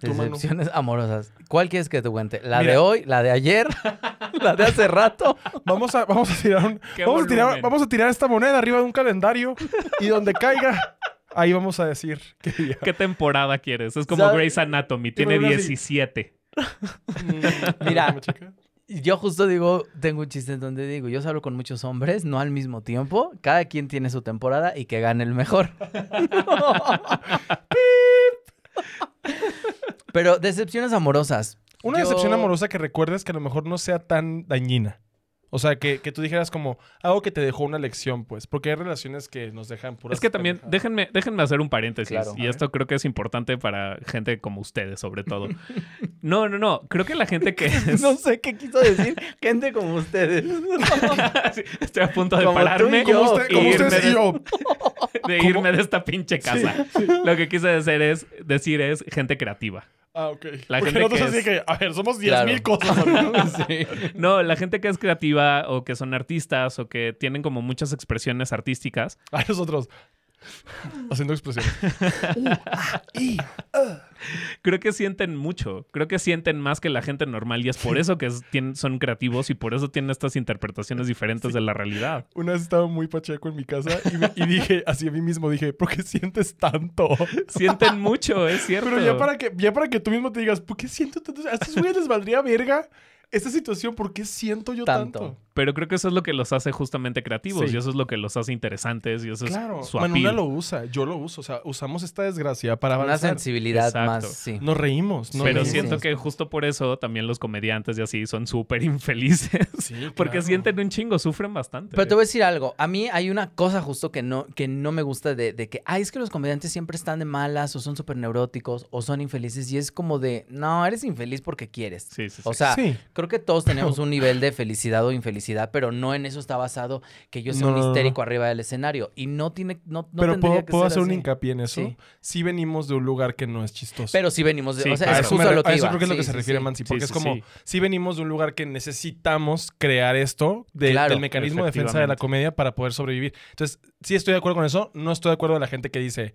Tú, Manu.
Decepciones amorosas. ¿Cuál quieres que te cuente? ¿La de
Mira.
hoy? ¿La de ayer? ¿La de hace rato?
Vamos a, vamos a tirar un-
Qué
vamos a tirar,
volumen.
vamos a tirar esta moneda arriba de un calendario y donde caiga, ahí vamos a decir qué día.
¿Qué temporada quieres? Es como
¿Sabes?
Grey's Anatomy, tiene
bueno, sí.
17.
Mira. Y Yo justo digo, tengo un chiste en donde digo, yo salgo con muchos hombres, no al mismo tiempo, cada quien tiene su temporada y que gane el mejor. Pero decepciones amorosas.
Una
Yo-
decepción amorosa que recuerdes que a lo mejor no sea tan dañina. O sea, que, que tú dijeras como algo que te dejó una lección, pues. Porque hay relaciones que nos dejan puras.
Es que también,
pendejadas.
déjenme, déjenme hacer un paréntesis,
Claro.
y esto creo que es importante para gente como ustedes, sobre todo. No, no, no, creo que la gente que... es-
No sé qué quiso decir gente como ustedes.
Sí, Estoy a punto de
Como tú y
pararme.
yo.
Como, usted- como
irme
ustedes
de-
y yo.
de irme de esta pinche casa. Lo que quise decir es, decir es gente creativa.
Ah, ok.
La
Porque
gente
nosotros
que
así
es-
que, a ver, somos 10.000
Claro.
cosas. amigo.
No, la gente que es creativa o que son artistas o que tienen como muchas expresiones artísticas.
A nosotros. Haciendo expresiones.
Creo que sienten mucho. Creo que sienten más que la gente normal y es por eso que es- tienen- son creativos y por eso tienen estas interpretaciones diferentes de la realidad.
Una vez estaba muy pacheco en mi casa y, me- y dije, así a mí mismo dije, ¿por qué sientes tanto?
Sienten mucho, es cierto.
Pero ya para, que, ya para que tú mismo te digas, ¿por qué siento tanto? A estos güeyes les valdría verga esta situación, ¿por qué siento yo tanto?
Tanto.
Pero creo que eso es lo que los hace justamente creativos
Sí.
y eso es lo que los hace interesantes y eso
Claro,
es su
Manuna
appeal.
lo usa, yo lo uso, o sea, usamos esta desgracia para
Una
avanzar.
sensibilidad
Exacto.
más, sí.
Nos reímos, nos
Pero
reímos.
siento que justo por eso también los comediantes y así son súper infelices.
Sí,
Porque
claro.
sienten un chingo, sufren bastante.
Pero te voy a decir algo. A mí hay una cosa justo que no, que no me gusta de, de que, ay, es que los comediantes siempre están de malas o son súper neuróticos o son infelices y es como de, no, eres infeliz porque quieres.
Sí, sí, sí.
O sea,
Sí.
creo que todos tenemos un nivel de felicidad o infelicidad, pero no en eso está basado que yo sea
No,
un
no, no, no.
histérico arriba del escenario. Y no tiene, no, no
Pero
tendría
puedo,
que
puedo
ser
hacer un
así.
hincapié en eso.
Sí.
Sí venimos de un lugar que no es chistoso.
Pero sí venimos de,
Sí,
o sea,
A
claro.
es
eso, me
justo
re-
lo
a
que
eso
iba.
creo que es lo
Sí,
que
sí,
se refiere
sí.
Mansi,
Sí,
porque
sí,
es como,
sí.
si venimos de un lugar que necesitamos crear esto de-
Claro.
del mecanismo de defensa de la
Efectivamente.
comedia para poder sobrevivir. Entonces, sí estoy de acuerdo con eso, no estoy de acuerdo con la gente que dice,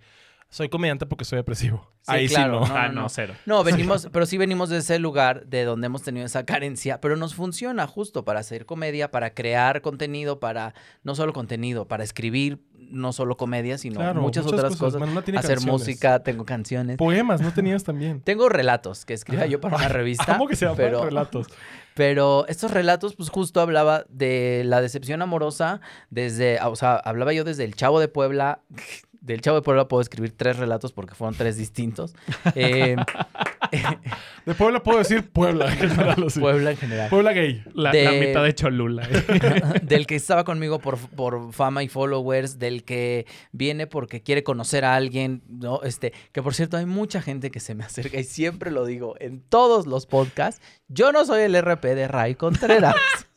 soy comediante porque soy depresivo.
Sí,
Ahí
claro,
sí no.
ah,
no,
no,
no.
cero.
No, venimos, pero sí venimos de ese lugar de donde hemos tenido esa carencia, pero nos funciona justo para hacer comedia, para crear contenido, para no solo contenido, para escribir no solo comedia, sino
Claro,
muchas, otras cosas.
Manuela tiene
Hacer
canciones.
música, tengo canciones.
Poemas, no tenías también.
Tengo relatos que escribía
Ah.
yo para una revista.
¿Cómo que se llaman
pero-
relatos?
Pero estos relatos, pues justo hablaba de la decepción amorosa, desde, o sea, hablaba yo desde El Chavo de Puebla. Del Chavo de Puebla puedo escribir tres relatos porque fueron tres distintos. Eh,
De Puebla puedo decir Puebla. en general, así.
Puebla en general.
Puebla gay.
La,
De-
la mitad de Cholula.
del que estaba conmigo por, por fama y followers, del que viene porque quiere conocer a alguien, ¿no? Este, que por cierto, hay mucha gente que se me acerca y siempre lo digo en todos los podcasts, yo no soy el RP de Ray Contreras.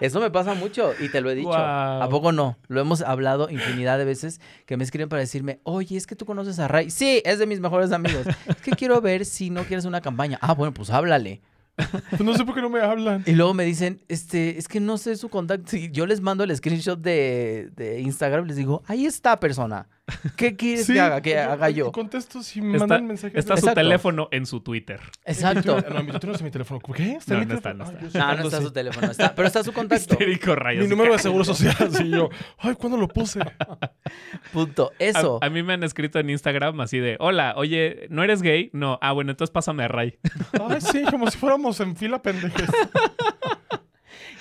Eso me pasa mucho y te lo he dicho.
Guau.
¿A poco no? Lo hemos hablado infinidad de veces que me escriben para decirme, oye, es que tú conoces a Ray. Sí, es de mis mejores amigos. Es que quiero ver si no quieres una campaña. Ah, bueno, pues háblale.
Pues no sé por qué no me hablan.
Y luego me dicen, este, es que no sé su contacto. Y yo les mando el screenshot de, de Instagram y les digo, ahí está persona. ¿Qué quieres
Sí,
que haga? Que haga yo.
Contesto si
Está-
mandan mensajes.
Está
de-
su
Exacto.
teléfono en su Twitter.
Exacto.
Ah, No, mi teléfono es mi teléfono. ¿Qué? ¿Está
No,
en mi
no está,
teléfono?
no
Ay,
está.
yo
No, no
sacando
está
así.
su teléfono, está, pero está su contacto.
Histérico rayos.
Mi número de seguro social. Sí, yo. Ay, ¿cuándo lo puse?
Punto.
A-
Eso.
Ah,
A, mí me han escrito en Instagram así de, hola, oye, ¿no eres gay? No. Ah, bueno, entonces pásame a Ray.
Ay, sí, como si fuéramos en fila pendejes. ah.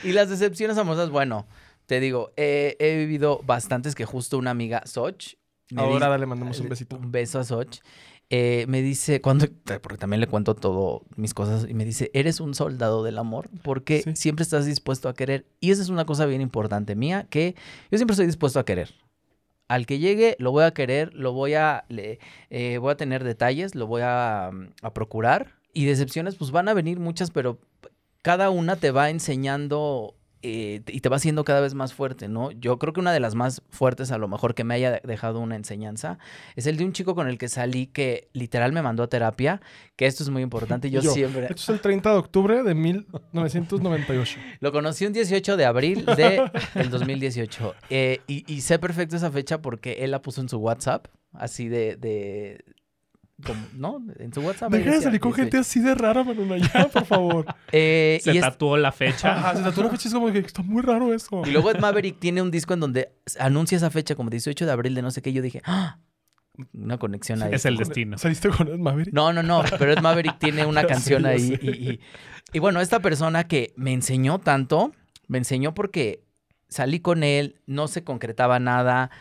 Y las decepciones amorosas, bueno, te digo, eh, he vivido bastantes que justo una amiga, Soch. me
Ahora
dice-
le mandamos un besito.
Un beso a Soch. Eh, me dice, cuando, porque también le cuento todo mis cosas, y me dice, eres un soldado del amor porque
Sí.
siempre estás dispuesto a querer. Y esa es una cosa bien importante mía, que yo siempre estoy dispuesto a querer. Al que llegue, lo voy a querer, lo voy a, le- eh, voy a tener detalles, lo voy a, mm, a procurar. Y decepciones, pues van a venir muchas, pero cada una te va enseñando eh, y te va haciendo cada vez más fuerte, ¿no? Yo creo que una de las más fuertes, a lo mejor que me haya de- dejado una enseñanza, es el de un chico con el que salí que literal me mandó a terapia, que esto es muy importante, yo,
Yo.
siempre...
Esto es el 30 de octubre de 1998.
Lo conocí un 18 de abril de el 2018 eh, y, y sé perfecto esa fecha porque él la puso en su WhatsApp, así de... de como- ¿No? En su WhatsApp. ahí
Deja de
decía
salir con gente
18.
así de rara, Manuna, ya, por favor.
Eh,
Se
y es-
tatuó la fecha.
Ajá, se tatuó la fecha, es como que está muy raro eso.
Y luego Ed Maverick tiene un disco en donde anuncia esa fecha como 18 de abril de no sé qué. y Yo dije, ¡Ah! una conexión ahí.
es el destino.
¿Saliste con Ed Maverick?
No, no, no, pero Ed Maverick tiene una
Ya sé,
canción
ya
ahí.
sé.
Y, y- y bueno, esta persona que me enseñó tanto, me enseñó porque salí con él, no se concretaba nada.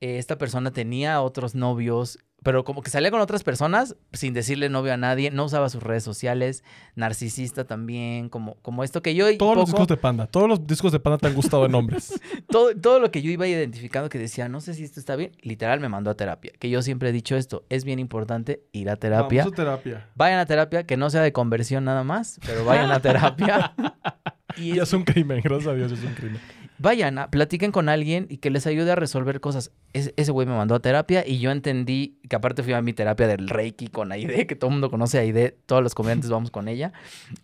eh, esta persona tenía otros novios, pero como que salía con otras personas sin decirle novio a nadie, no usaba sus redes sociales, narcisista también, como, como esto que yo...
Todos los
poco-
discos de Panda, todos los discos de Panda te han gustado en hombres.
todo, todo lo que yo iba identificando que decía, no sé si esto está bien, literal me mandó a terapia. Que yo siempre he dicho esto, es bien importante ir a terapia.
Vamos a terapia.
Vayan a terapia, que no sea de conversión nada más, pero vayan a terapia. y
Ya es un crimen, gracias a Dios, ya es un crimen.
vayan, a, platiquen con alguien y que les ayude a resolver cosas. Es- ese güey me mandó a terapia y yo entendí que aparte fui a mi terapia del Reiki con Aide, que todo el mundo conoce a Aide, todos los comediantes vamos con ella.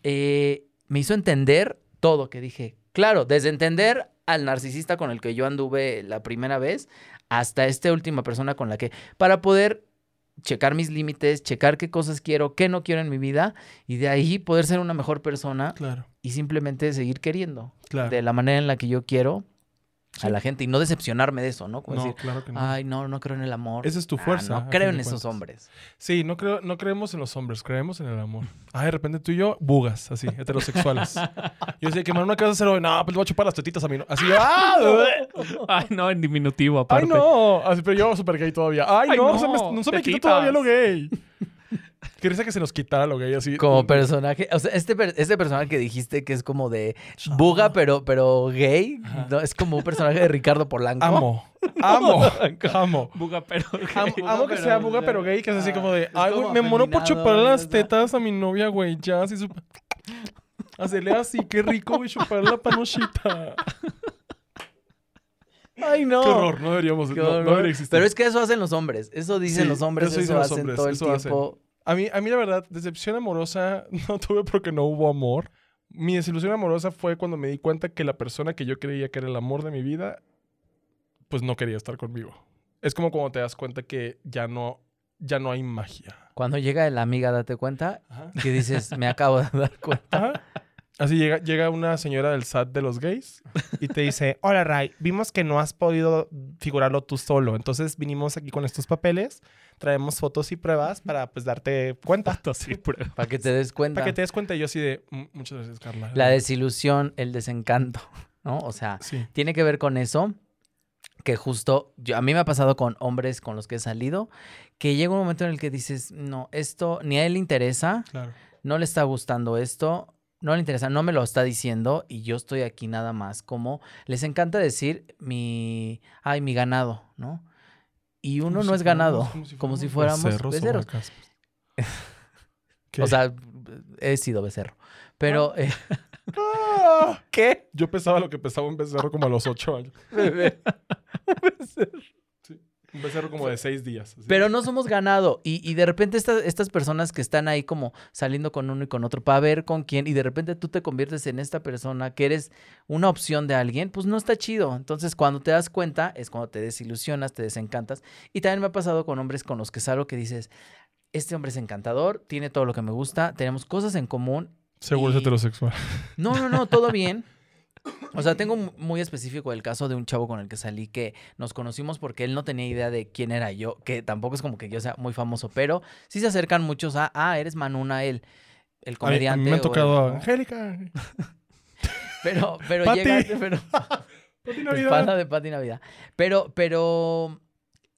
Eh, me hizo entender todo que dije. Claro, desde entender al narcisista con el que yo anduve la primera vez hasta esta última persona con la que, para poder checar mis límites, checar qué cosas quiero, qué no quiero en mi vida y de ahí poder ser una mejor persona
Claro,
y simplemente seguir queriendo
claro.
de la manera en la que yo quiero
Sí.
a la gente y no decepcionarme de eso, ¿no? Como
no,
decir,
claro que no.
ay, no, no creo en el amor.
Esa es tu
Ah,
fuerza. a
no creo
fin
en
de
esos
cuentas.
hombres.
Sí, no, creo, no creemos en los hombres, creemos en el amor. Ah, de repente tú y yo, bugas, así, heterosexuales. Yo decía que Manuna, ¿qué vas a hacer hoy? No, pues le voy a chupar las tetitas a mí. ¿no? Así, ¡ah!
Ay, no, en diminutivo aparte.
¡Ay, no! Así, pero yo súper gay todavía. ¡Ay,
Ay,
no!
no,
se me, no se me quitó
tetitas.
todavía lo gay. Quería que se nos quitara lo gay, así. Mm,
Como personaje, o sea, este, per- este personaje que dijiste que es como de buga, pero, pero gay, ¿no? es como un personaje de Ricardo Polanco.
Amo, amo, amo.
Buga, pero
Am-
gay.
Eh, Amo, que sea buga pero gay, que es así
Ah,
como de,
es
ay, güey,
como
me muero por
afeminado,
chupar las
¿verdad?
tetas a mi novia, güey, ya, así su... Hacerle así, qué rico, güey, chupar la panochita.
Ay, no.
Qué horror, no deberíamos,
Qué
no, no
horror.
debería existir.
Pero es que eso hacen los hombres, eso dicen
Sí,
los hombres,
eso
eso,
dicen los
hacen
hombres,
todo el
eso hacen.
tiempo.
a, mí, a mí, la verdad, decepción amorosa no tuve porque no hubo amor. Mi desilusión amorosa fue cuando me di cuenta que la persona que yo creía que era el amor de mi vida, pues no quería estar conmigo. Es como cuando te das cuenta que ya no, ya no hay magia.
Cuando llega la amiga, date cuenta
Ajá.
que dices, me acabo de dar cuenta.
Ajá. Así llega, llega una señora del SAT de los gays
y te dice, hola Ray, vimos que no has podido figurarlo tú solo, entonces vinimos aquí con estos papeles, traemos fotos y pruebas para pues darte cuenta.
Tanto así, prueba.
Para que te des cuenta.
para que te des cuenta. Y yo así de, "Mm, muchas gracias, Carla.
La desilusión, el desencanto, ¿no? O sea,
Sí.
tiene que ver con eso. que justo yo- a mí me ha pasado con hombres con los que he salido, que llega un momento en el que dices, no, esto ni a él le interesa,
Claro.
no le está gustando esto, no le interesa, no me lo está diciendo y yo estoy aquí nada más como les encanta decir mi, ay, mi ganado, ¿no? Y uno no es ganado, como si fuéramos becerros.
¿Qué?
O sea, he sido becerro. Pero, eh,
Ah,
¿qué?
yo pesaba lo que pesaba un becerro como a los ocho años. Un becerro como de seis días. así.
Pero no somos ganado. Y, y de repente estas, estas personas que están ahí como saliendo con uno y con otro para ver con quién, y de repente tú te conviertes en esta persona que eres una opción de alguien, pues no está chido. Entonces cuando te das cuenta es cuando te desilusionas, te desencantas. Y también me ha pasado con hombres con los que salgo que dices, este hombre es encantador, tiene todo lo que me gusta, tenemos cosas en común.
Seguro es
y-
heterosexual.
No, no, no, todo bien. O sea, tengo mu- muy específico el caso de un chavo con el que salí que nos conocimos porque él no tenía idea de quién era yo, que tampoco es como que yo sea muy famoso, pero sí se acercan muchos a, ah, eres Manuna, él, el
A mí,
comediante.
a mí me
o
han
el-
tocado a
¿no?
Angélica.
Pero, pero
Pati.
llegan, pero
Pati
pues,
Navidad.
pasa de Pati Navidad. Pero, pero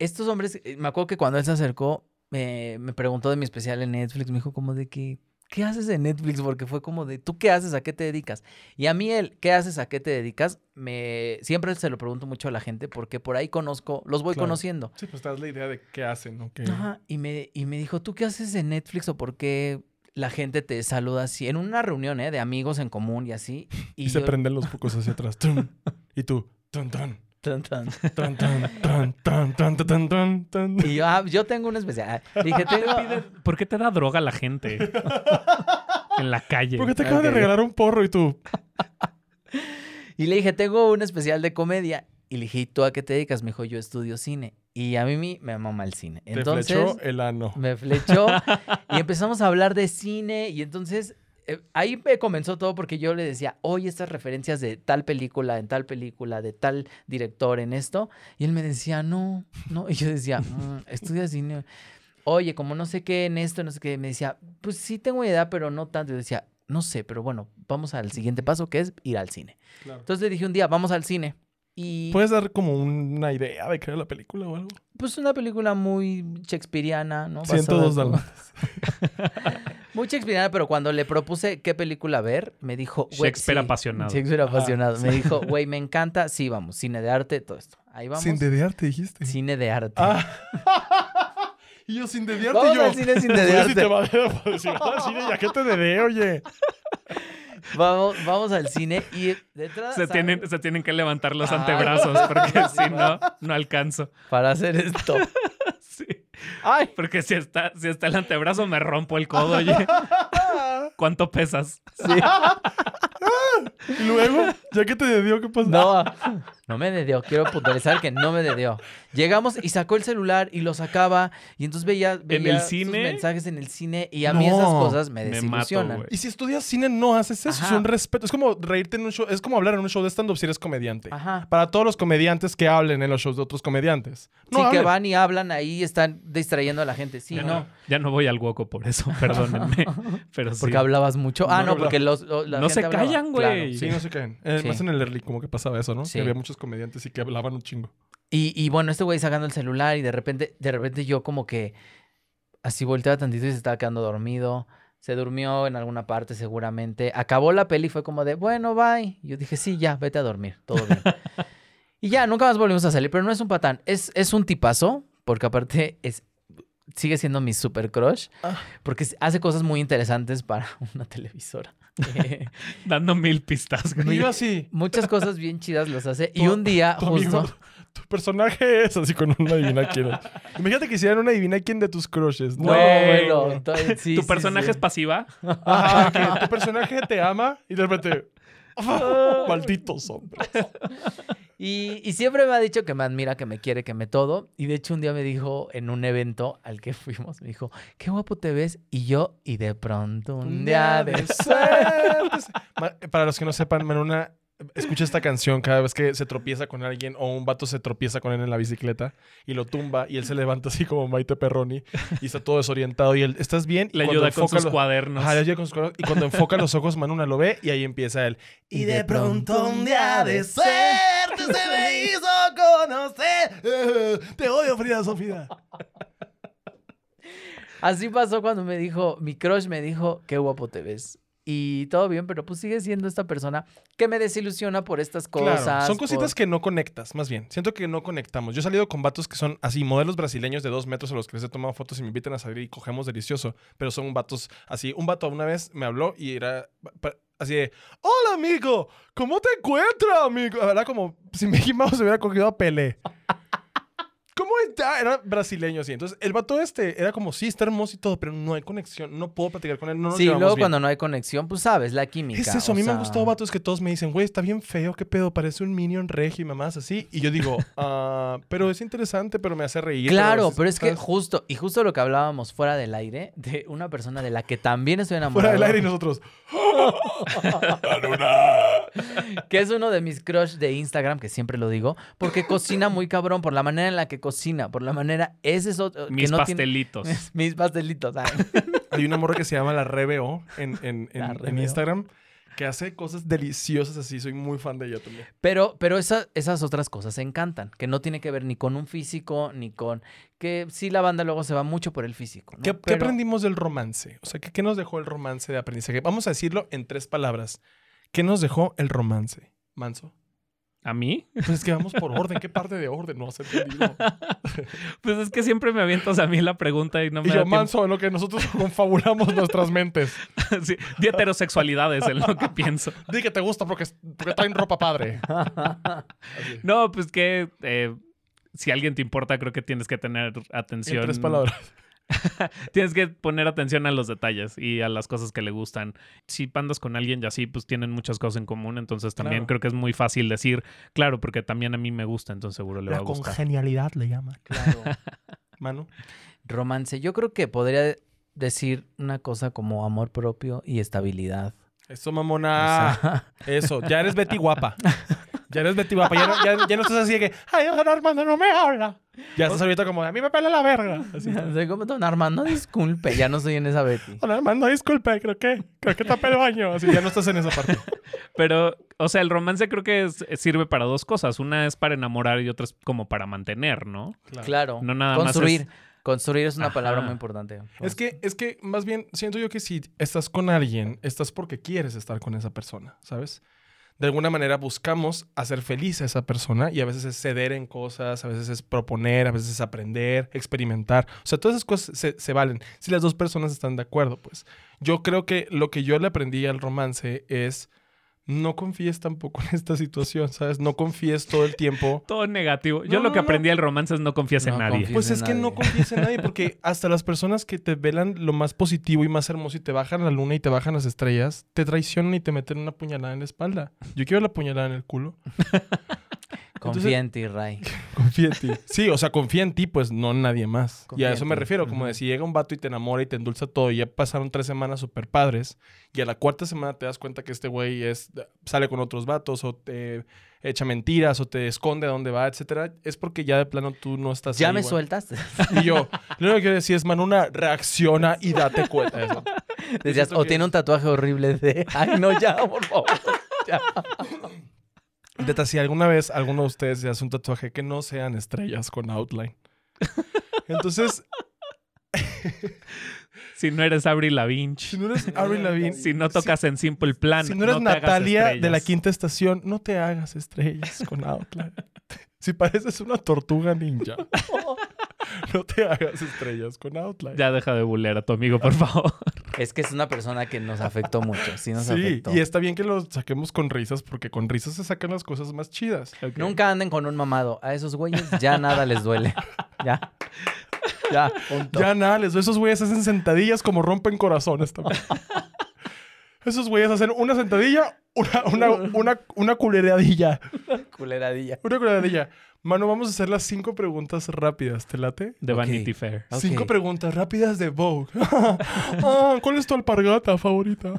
estos hombres, eh, me acuerdo que cuando él se acercó, eh, me preguntó de mi especial en Netflix, me dijo como de que, ¿qué haces en Netflix? Porque fue como de, ¿tú qué haces? ¿A qué te dedicas? Y a mí el, ¿qué haces? ¿A qué te dedicas? Me, siempre se lo pregunto mucho a la gente porque por ahí conozco, los voy
Claro.
conociendo.
Sí, pues te das la idea de qué hacen, ¿no? Que-
Ajá, y me, y me dijo, ¿tú qué haces en Netflix o por qué la gente te saluda así? En una reunión, ¿eh? De amigos en común y así.
Y,
Y,
se
yo-
prenden los focos hacia atrás. Tum. y tú, tan tan,
Tan, tan.
tan tan, tan tan, tan tan, tan tan.
Y yo, ah, yo tengo una especial. Dije, tengo...
¿Por qué te da droga la gente? en la calle.
Porque te acaban de
Ok.
regalar un porro y tú,
Y le dije, tengo un especial de comedia. Y le dije, ¿y tú a qué te dedicas? Me dijo, yo estudio cine. Y a mí mi- me mama el cine.
te
Entonces,
flechó el ano.
me flechó y empezamos a hablar de cine. Y entonces, eh, ahí me comenzó todo porque yo le decía, oye, estas referencias de tal película, en tal película, de tal director, en esto. Y él me decía, no, no. Y yo decía, "Mm, estudia cine. Oye, como no sé qué en esto, no sé qué. Me decía, pues sí tengo idea, pero no tanto. Yo decía, no sé, pero bueno, vamos al siguiente paso que es ir al cine.
Claro.
Entonces le dije un día, vamos al cine. Y pues,
¿Puedes dar como una idea de qué era la película o algo?
una película muy shakespeariana, ¿no? Basada
102
como-
dalmatas.
Muy shakespeariana, pero cuando le propuse qué película ver, me dijo... güey,
Shakespeare apasionado.
Shakespeare apasionado. Me dijo, güey, me encanta. Sí, vamos. Cine de arte, todo esto. Ahí vamos.
Sin dedear te dijiste. Ah.
Cine de arte.
Y yo sin dedearte
vamos
Ah, yo.
al cine sin
Pues, si
dedearte.
te va a- si vas al cine, ya que te dedé, oye.
Vamos, vamos al cine y de entrada,
Se
¿sabes?
tienen, se tienen que levantar los
Ah.
antebrazos porque si no, no alcanzo.
Para hacer esto.
Sí.
¡Ay!
Porque si está, si está el antebrazo, me rompo el codo, oye. ¿Cuánto pesas?
Y luego, ya que te dedió, ¿qué pasa?
No, no me dedió. Quiero puntualizar que no me dedió. Llegamos y sacó el celular y lo sacaba. Y entonces veía, veía
el
sus
cine?
mensajes en el cine. Y a mí esas
No,
cosas me
me mato,
desilusionan.
güey.
Y si estudias cine, no haces eso. Es
Ajá.
un respeto. Es como reírte en un show. Es como hablar en un show de stand-up si eres comediante.
Ajá.
Para todos los comediantes que hablen en los shows de otros comediantes. No
sí, que
hablen.
van y hablan ahí y están distrayendo a la gente. Sí,
ya,
no.
no, ya no voy al hueco por eso, perdónenme. Pero sí.
Porque hablabas mucho. Ah,
No,
no,
no
porque los, lo- la
No
gente
se
hablaba.
callan,
Claro.
güey.
Sí, no se caen. Eh,
Sí.
Más en el early como que pasaba eso, ¿no?
Sí.
Que había muchos comediantes y que hablaban un chingo.
Y, y bueno, este güey sacando el celular y de repente, de repente yo como que así volteaba tantito y se estaba quedando dormido. Se durmió en alguna parte seguramente. Acabó la peli y fue como de, bueno, bye. Yo dije, sí, ya, vete a dormir, todo bien. y ya, nunca más volvimos a salir, pero no es un patán, es, es un tipazo, porque aparte es, sigue siendo mi super crush, porque hace cosas muy interesantes para una televisora.
Dando mil pistas,
Y
güey.
yo así.
Muchas cosas bien chidas los hace. Y
Tu-
un día,
Tu, amigo,
Ah, justo...
tu personaje es así con una adivina quién. Imagínate que hicieran una adivina quién de tus crushes. No,
No,
Güey.
bueno, entonces, sí,
¿Tu
sí,
personaje
sí.
es pasiva?
Ajá, que tu personaje te ama y de repente. Malditos hombres.
Y, y siempre me ha dicho que me admira, que me quiere, que me todo. Y de hecho un día me dijo en un evento al que fuimos, me dijo, qué guapo te ves. Y yo, y de pronto un día de...
suerte. Ma- Para los que no sepan, Manuna escucha esta canción cada vez que se tropieza con alguien o un vato se tropieza con él en la bicicleta y lo tumba y él se levanta así como Maite Perroni y está todo desorientado y él, ¿estás bien? Y
Le
cuando
ayuda con
enfoca
sus
lo-
cuadernos.
Ajá, le ayuda con sus cuadernos. Y cuando enfoca los ojos, Manuna lo ve y ahí empieza él.
Y de pronto un día de suerte se me hizo conocer.
Te odio, Frida Sofía.
Así pasó cuando me dijo, mi crush me dijo, qué guapo te ves. Y todo bien, pero pues sigue siendo esta persona que me desilusiona por estas cosas.
Claro, son cositas
por-
que no conectas, más bien. Siento que no conectamos. Yo he salido con vatos que son así, modelos brasileños de dos metros a los que les he tomado fotos y me invitan a salir y cogemos delicioso. Pero son vatos así. Un vato una vez me habló y era pa- pa- así de, hola amigo, ¿cómo te encuentras, amigo? Era como si Mickey Mouse hubiera cogido a Pelé. ¿Cómo está? Era brasileño así. Entonces, el vato este era como, sí, está hermoso y todo, pero no hay conexión. No puedo platicar con él. No nos
sí,
llevamos
luego
bien.
cuando no hay conexión, pues sabes, la química.
Es eso,
o
a mí me
sea,
han gustado vatos que todos me dicen, güey, está bien feo, qué pedo, parece un minion regio y mamás así. Y yo digo, ah, pero es interesante, pero me hace reír.
Claro,
a
pero es que
veces,
justo, y justo lo que hablábamos fuera del aire, de una persona de la que también estoy
¿sabes? Fuera
enamorado.
del aire y nosotros.
Que es uno de mis crush de Instagram, que siempre lo digo, porque cocina muy cabrón, por la manera en la que cocina, por la manera, ese es otro... que
Mis
no tiene- Eh.
pastelitos.
mis pastelitos. ay.
Hay una morra que se llama la Rebeo en, en, en-
La
en
Rebeo.
Instagram que hace cosas deliciosas así. Soy muy fan de ella también.
Pero, pero esa- esas otras cosas encantan, que no tiene que ver ni con un físico, ni con... Que sí, la banda luego se va mucho por el físico. ¿no?
¿Qué, qué
Pero-
aprendimos del romance? O sea, ¿qué, ¿qué nos dejó el romance de aprendizaje? Vamos a decirlo en tres palabras. ¿Qué nos dejó el romance? Manso.
¿A mí?
Pues es que vamos por orden. ¿Qué parte de orden? No has entendido.
Pues es que siempre me avientas a mí la pregunta y no me
Y
da
yo,
tiempo.
manso, en lo que nosotros confabulamos nuestades mentes.
Sí, de heterosexualidades en lo que pienso.
Di que te gusta porque, porque traen ropa padre. Así.
No, pues que eh, si alguien te importa, creo que tienes que tener atención.
En tres palabras.
Tienes que poner atención a los detalles y a las cosas que le gustan. Si andas con alguien y así, pues tienen muchas cosas en común. Entonces también
Claro.
creo que es muy fácil decir, claro, porque también a mí me gusta, entonces seguro le va
La
a gustar.
congenialidad le llaman.
Claro.
Manu.
Romance. Yo creo que podría decir una cosa como amor propio y estabilidad.
Eso,
O
mamona.
sea,
Eso. Ya eres Betty guapa. Ya eres Betty guapa. Ya no, ya- ya no estás así de que, ay, ojalá Armando no me habla. Ya estás ahorita como, a mí me pela la verga. Así.
soy como don Armando, disculpe, ya no soy en esa Betty.
Hola, Armando, disculpe, creo que, creo que tapé el baño. Así, ya no estás en esa parte.
Pero, o sea, el romance creo que es- sirve para dos cosas. Una es para enamorar y otra es como para mantener, ¿no?
Claro.
No nada más
Construir.
es-
Construir es una palabra
Ajá.
muy importante.
Es que, es que más bien siento yo que si estás con alguien, estás porque quieres estar con esa persona, ¿sabes? De alguna manera buscamos hacer feliz a esa persona y a veces es ceder en cosas, a veces es proponer, a veces es aprender, experimentar. O sea, todas esas cosas se, se valen si las dos personas están de acuerdo, pues. Yo creo que lo que yo le aprendí al romance es no confíes tampoco en esta situación, ¿sabes? No confíes todo el tiempo.
Todo negativo. Yo
No,
lo
no,
que
no.
aprendí del romance es no confías en
No
nadie.
confío.
Pues
de
es que no
nadie.
confíes en nadie porque hasta las personas que te velan lo más positivo y más hermoso y te bajan la luna y te bajan las estrellas, te traicionan y te meten una puñalada en la espalda. Yo quiero la puñalada en el culo.
Confía en ti, Ray.
Confía en ti. Sí, o sea, confía en ti, pues no en nadie más. y
Confía
a
en
eso me
ti.
refiero, como de si llega un vato y te enamora y te endulza todo y ya pasaron tres semanas super padres y a la cuarta semana te das cuenta que este güey es, sale con otros vatos o te echa mentiras o te esconde a dónde va, etcétera, es porque ya de plano tú no estás
¿Ya
ahí,
me
güey.
sueltas?
Y yo, lo único que quiero decir es, Manuna, reacciona y date cuenta. de eso.
Decías,
siento
o
que-
tiene un tatuaje horrible de. Ay, no, ya, por favor. ya".
Neta, si alguna vez alguno de ustedes se hace un tatuaje, que no sean estrellas con outline. Entonces,
Si no eres Avril Lavinch,
si no eres Avril Lavigne,
si no tocas en Simple Plan,
si no eres
te hagas
Natalia de la
estrellas.
quinta estación, no te hagas estrellas con outline. Si pareces una tortuga ninja, no te hagas estrellas con outline.
Ya deja de bulear a tu amigo, por favor.
Es que es una persona que nos afectó mucho. Sí, nos
Sí,
afectó.
y está bien que lo saquemos con risas, porque con risas se sacan las cosas más chidas.
Nunca anden con un mamado. A esos güeyes ya nada les duele. Ya. Ya, punto.
Ya nada, les doy. Esos güeyes hacen sentadillas como rompen corazones también. Esos güeyes hacen una sentadilla, una, una, una, una culeradilla.
Culeradilla.
Una culeradilla. Manu, vamos a hacer las cinco preguntas rápidas. ¿Te late?
De
Ok.
Vanity Fair.
Ok.
Cinco preguntas rápidas de Vogue. Ah, ¿Cuál es tu alpargata favorita?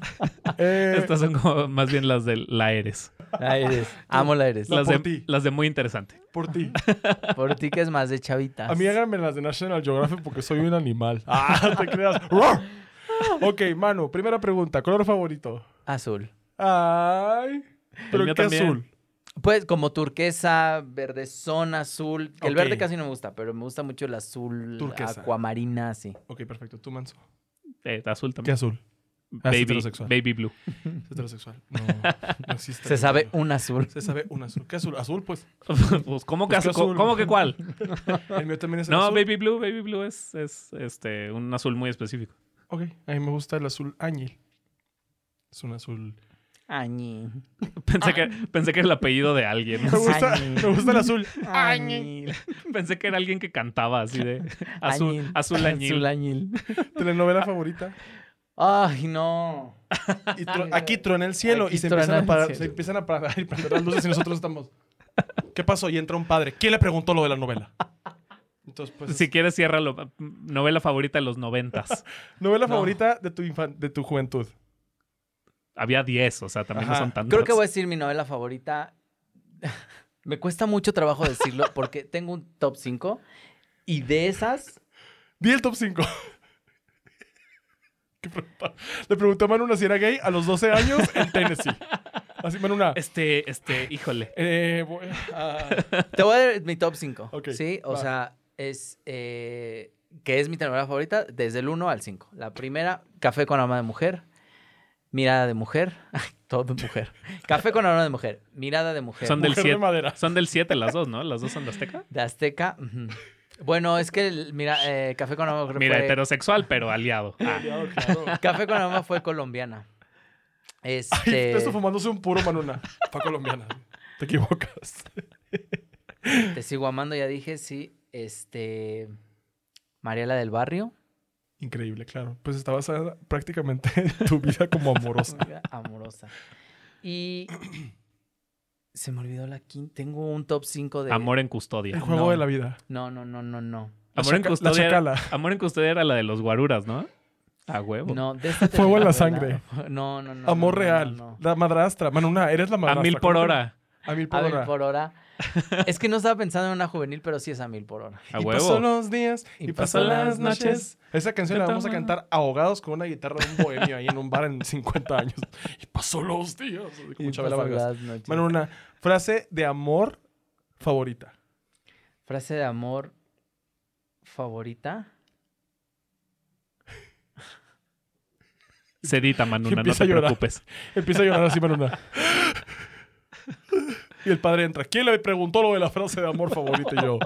Eh,
Estas son como más bien las de la eres.
La Iris. Amo la Iris.
No,
Las
por
de,
ti.
las de muy interesante.
Por ti.
Por ti que es más de chavitas.
A mí háganme las de National Geographic porque soy un animal. Ah, te creas. ¡Ruah! ok, Manu, primera pregunta. ¿Color favorito?
Azul.
Ay. ¿Pero
mío
qué
también.
azul?
Pues como turquesa, verdezón, azul. Que el
Ok.
verde casi no me gusta, pero me gusta mucho el azul
Turquesa.
acuamarina, sí.
Ok, perfecto. Tú, Manso.
Eh, azul
¿Qué
también.
azul? Ah, es
Baby,
heterosexual.
baby blue.
Es heterosexual. No, no existe.
Mm. Se sabe un azul.
Se sabe un azul. ¿Qué azul? Azul, pues.
pues, ¿cómo que,
Pues, ¿qué
azul? ¿Cómo-
azul?
¿Cómo que cuál?
El mío también es el
No,
azul.
baby blue, baby blue es, es este, un azul muy específico.
Ok, a mí me gusta el azul ángel. Es un azul.
Añi. Ah.
Pensé que, pensé que era el apellido de alguien.
Me gusta,
Ángel.
me gusta el azul.
Añil.
Pensé que era alguien que cantaba así de azul,
Añil.
azul añil.
Azul añil.
Telenovela favorita.
Ay, no.
Y tru- aquí truena el cielo
Aquí
y se
truena
empiezan, a
el
parar,
cielo.
se empiezan a parar y prender las luces y nosotros estamos. ¿Qué pasó? Y entra un padre. ¿Quién le preguntó lo de la novela? Entonces, pues.
Si quieres, ciérralo. Novela favorita de los noventas.
Novela
No.
favorita de tu, infan- de tu juventud.
Había 10, o sea, también
Ajá.
no son tantas.
Creo que voy a decir mi novela favorita. Me cuesta mucho trabajo decirlo porque tengo un top 5 y de esas,
Di el top 5. Le preguntó a Manuna si era gay a los 12 años en Tennessee. Así, Manuna.
Este, este, híjole.
Eh, voy a-
te voy a dar mi top 5.
Ok,
sí, o
va.
sea, es eh, que es mi novela favorita desde el 1 al 5. La primera, Café con aroma de mujer, Mirada de mujer, todo de mujer. Café con aroma de mujer, Mirada de mujer.
Son del
Mujer de
7.
madera.
Son del 7 las dos, ¿no? Las dos son de Azteca.
De Azteca. ujú. Bueno, es que el- mira, eh, Café con aroma creo
Mira,
fue-
heterosexual, pero aliado. Ah,
Claro, claro.
Café con aroma fue colombiana.
Ay,
Este,
esto fumándose un puro Manuna. Fue colombiana. Te equivocas.
Te sigo amando, ya dije, sí. Este. Mariela del Barrio.
Increíble, claro. Pues está basada prácticamente en tu vida como amorosa.
amiga Amorosa. Y. Se me olvidó la quinta. Tengo un top 5 de.
Ah, Amor en
El
custodia.
juego
No.
de la vida.
No, no, no, no, no.
La
Amor en
chaca-
custodia.
La chacala.
Amor en custodia era la de los guaruras, ¿no? A huevo.
No, de esta
Fuego en la
telenovela- No, no, no.
Amor
no, no,
real.
no, no.
La madrastra. Manuna, eres la
a
madrastra.
mil
¿Cómo
por
te-
hora.
A mil por
A
hora.
mil por hora. Es que no estaba pensando en una juvenil, pero sí es a mil por hora.
A
y
huevo.
pasó los días y,
Y
pasó
pasó
las
las
noches.
noches.
Esa canción la vamos a
Cantando.
cantar ahogados con una guitarra de un bohemio ahí en un bar en 50 años. Y pasó los días. así Como
Y
Chabela
pasan
Vargas.
las noches.
Manuna, frase de amor favorita.
Frase de amor favorita.
Sedita,
Y
Manuna, no
empieza
te
a llorar.
preocupes.
Empieza a llorar así, Manuna. Y el padre entra. ¿Quién le preguntó lo de la frase de amor favorita? Y yo.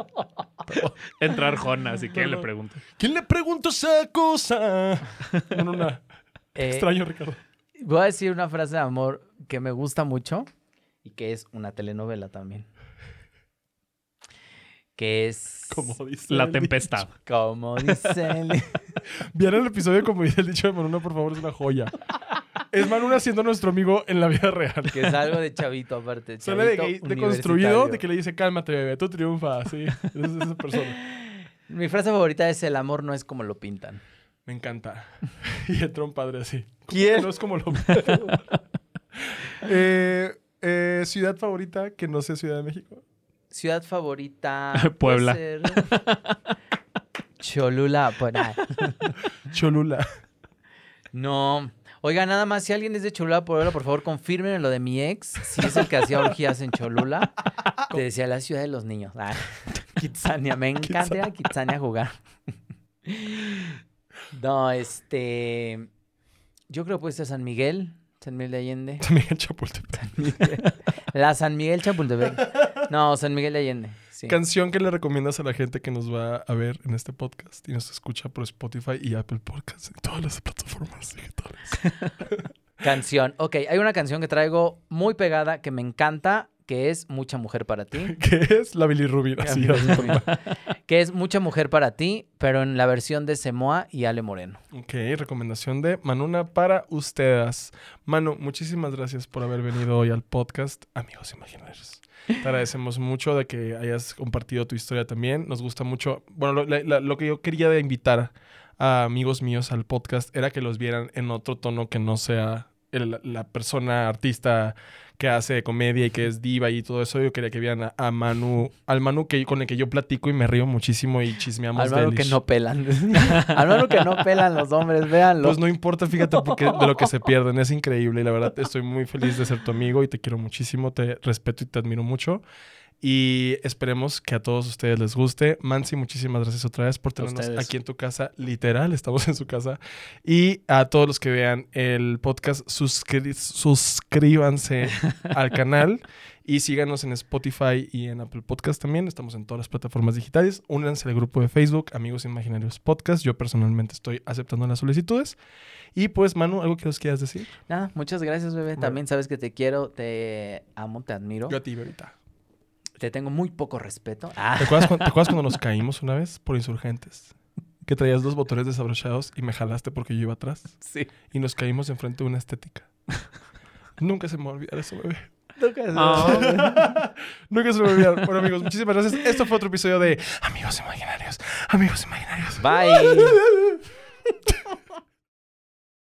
Entrar Jona, si quieren le pregunto.
¿Quién le preguntó esa cosa? Manuna.
Eh,
Extraño, Ricardo.
Voy a decir una frase de amor que me gusta mucho y que es una telenovela también. Que es.
Como dice.
La
el
tempestad.
Como dice el-
Vean el episodio como dice el dicho de Manuna, por favor, es una joya. Es Manuna siendo nuestro amigo en la vida real.
Que es algo de chavito, aparte.
Sale de
chavito
gay, de construido, de
universitario.
que le dice, cálmate, bebé, tú triunfas, sí. Es esa persona.
Mi frase favorita es: el amor no es como lo pintan.
Me encanta. Y entra un padre así.
¿Quién?
No es como lo... eh, eh, ciudad favorita que no sea Ciudad de México.
Ciudad favorita.
Puebla.
puede ser Cholula, pues, por ahí.
Cholula.
No. Oiga, nada más, si alguien es de Cholula, Puebla, por favor, confirmen lo de mi ex. Si es el que hacía orgías en Cholula, te decía la ciudad de los niños. Ah, Kitsania, me encanta ir a Kitsania a jugar. No, este. Yo creo que puede ser San Miguel, San Miguel de Allende.
También en Chapultepec.
La San Miguel Chapultepec. No, San Miguel de Allende. Sí.
Canción que le recomiendas a la gente que nos va a ver en este podcast y nos escucha por Spotify y Apple Podcasts en todas las plataformas digitales.
Canción. Ok, hay una canción que traigo muy pegada que me encanta, que es Mucha Mujer para ti.
que es la bilirrubina. Sí, así.
que es Mucha Mujer para ti, pero en la versión de Semoa y Ale Moreno.
Ok, recomendación de Manuna para ustedes. Manu, muchísimas gracias por haber venido hoy al podcast Amigos Imaginarios. Te agradecemos mucho de que hayas compartido tu historia también. Nos gusta mucho. Bueno, lo, la- la- lo que yo quería de invitar a amigos míos al podcast era que los vieran en otro tono que no sea el- la persona artista que hace comedia y que es diva y todo eso, yo quería que vieran a, a Manu, al Manu que, con el que yo platico y me río muchísimo y chismeamos
Al malo
de
que
Elish.
no pelan. Al malo que no pelan los hombres, véanlo.
Pues no importa, fíjate, porque de lo que se pierden es increíble y la verdad estoy muy feliz de ser tu amigo y te quiero muchísimo, te respeto y te admiro mucho. Y esperemos que a todos ustedes les guste. Mansi, muchísimas gracias otra vez por tenernos
ustedes.
aquí en tu casa. Literal, estamos en su casa. Y a todos los que vean el podcast, suscri- suscríbanse al canal y síganos en Spotify y en Apple Podcast también. Estamos en todas las plataformas digitales. Únanse al grupo de Facebook, Amigos Imaginarios Podcast. Yo personalmente estoy aceptando las solicitudes. Y pues, Manu, ¿algo que nos quieras decir?
Nada, muchas gracias, bebé. También sabes que te quiero, te amo, te admiro.
Yo a ti, ahorita.
Te tengo muy poco respeto. Ah,
¿Te acuerdas, cuando, ¿Te acuerdas cuando nos caímos una vez por insurgentes? Que traías dos botones desabrochados y me jalaste porque yo iba atrás.
sí.
Y nos caímos enfrente de una estética. Nunca se me va a olvidar eso, bebé.
Ah,
Nunca se me va a olvidar. Bueno, amigos, muchísimas gracias. Esto fue otro episodio de Amigos Imaginarios. Amigos Imaginarios.
Bye.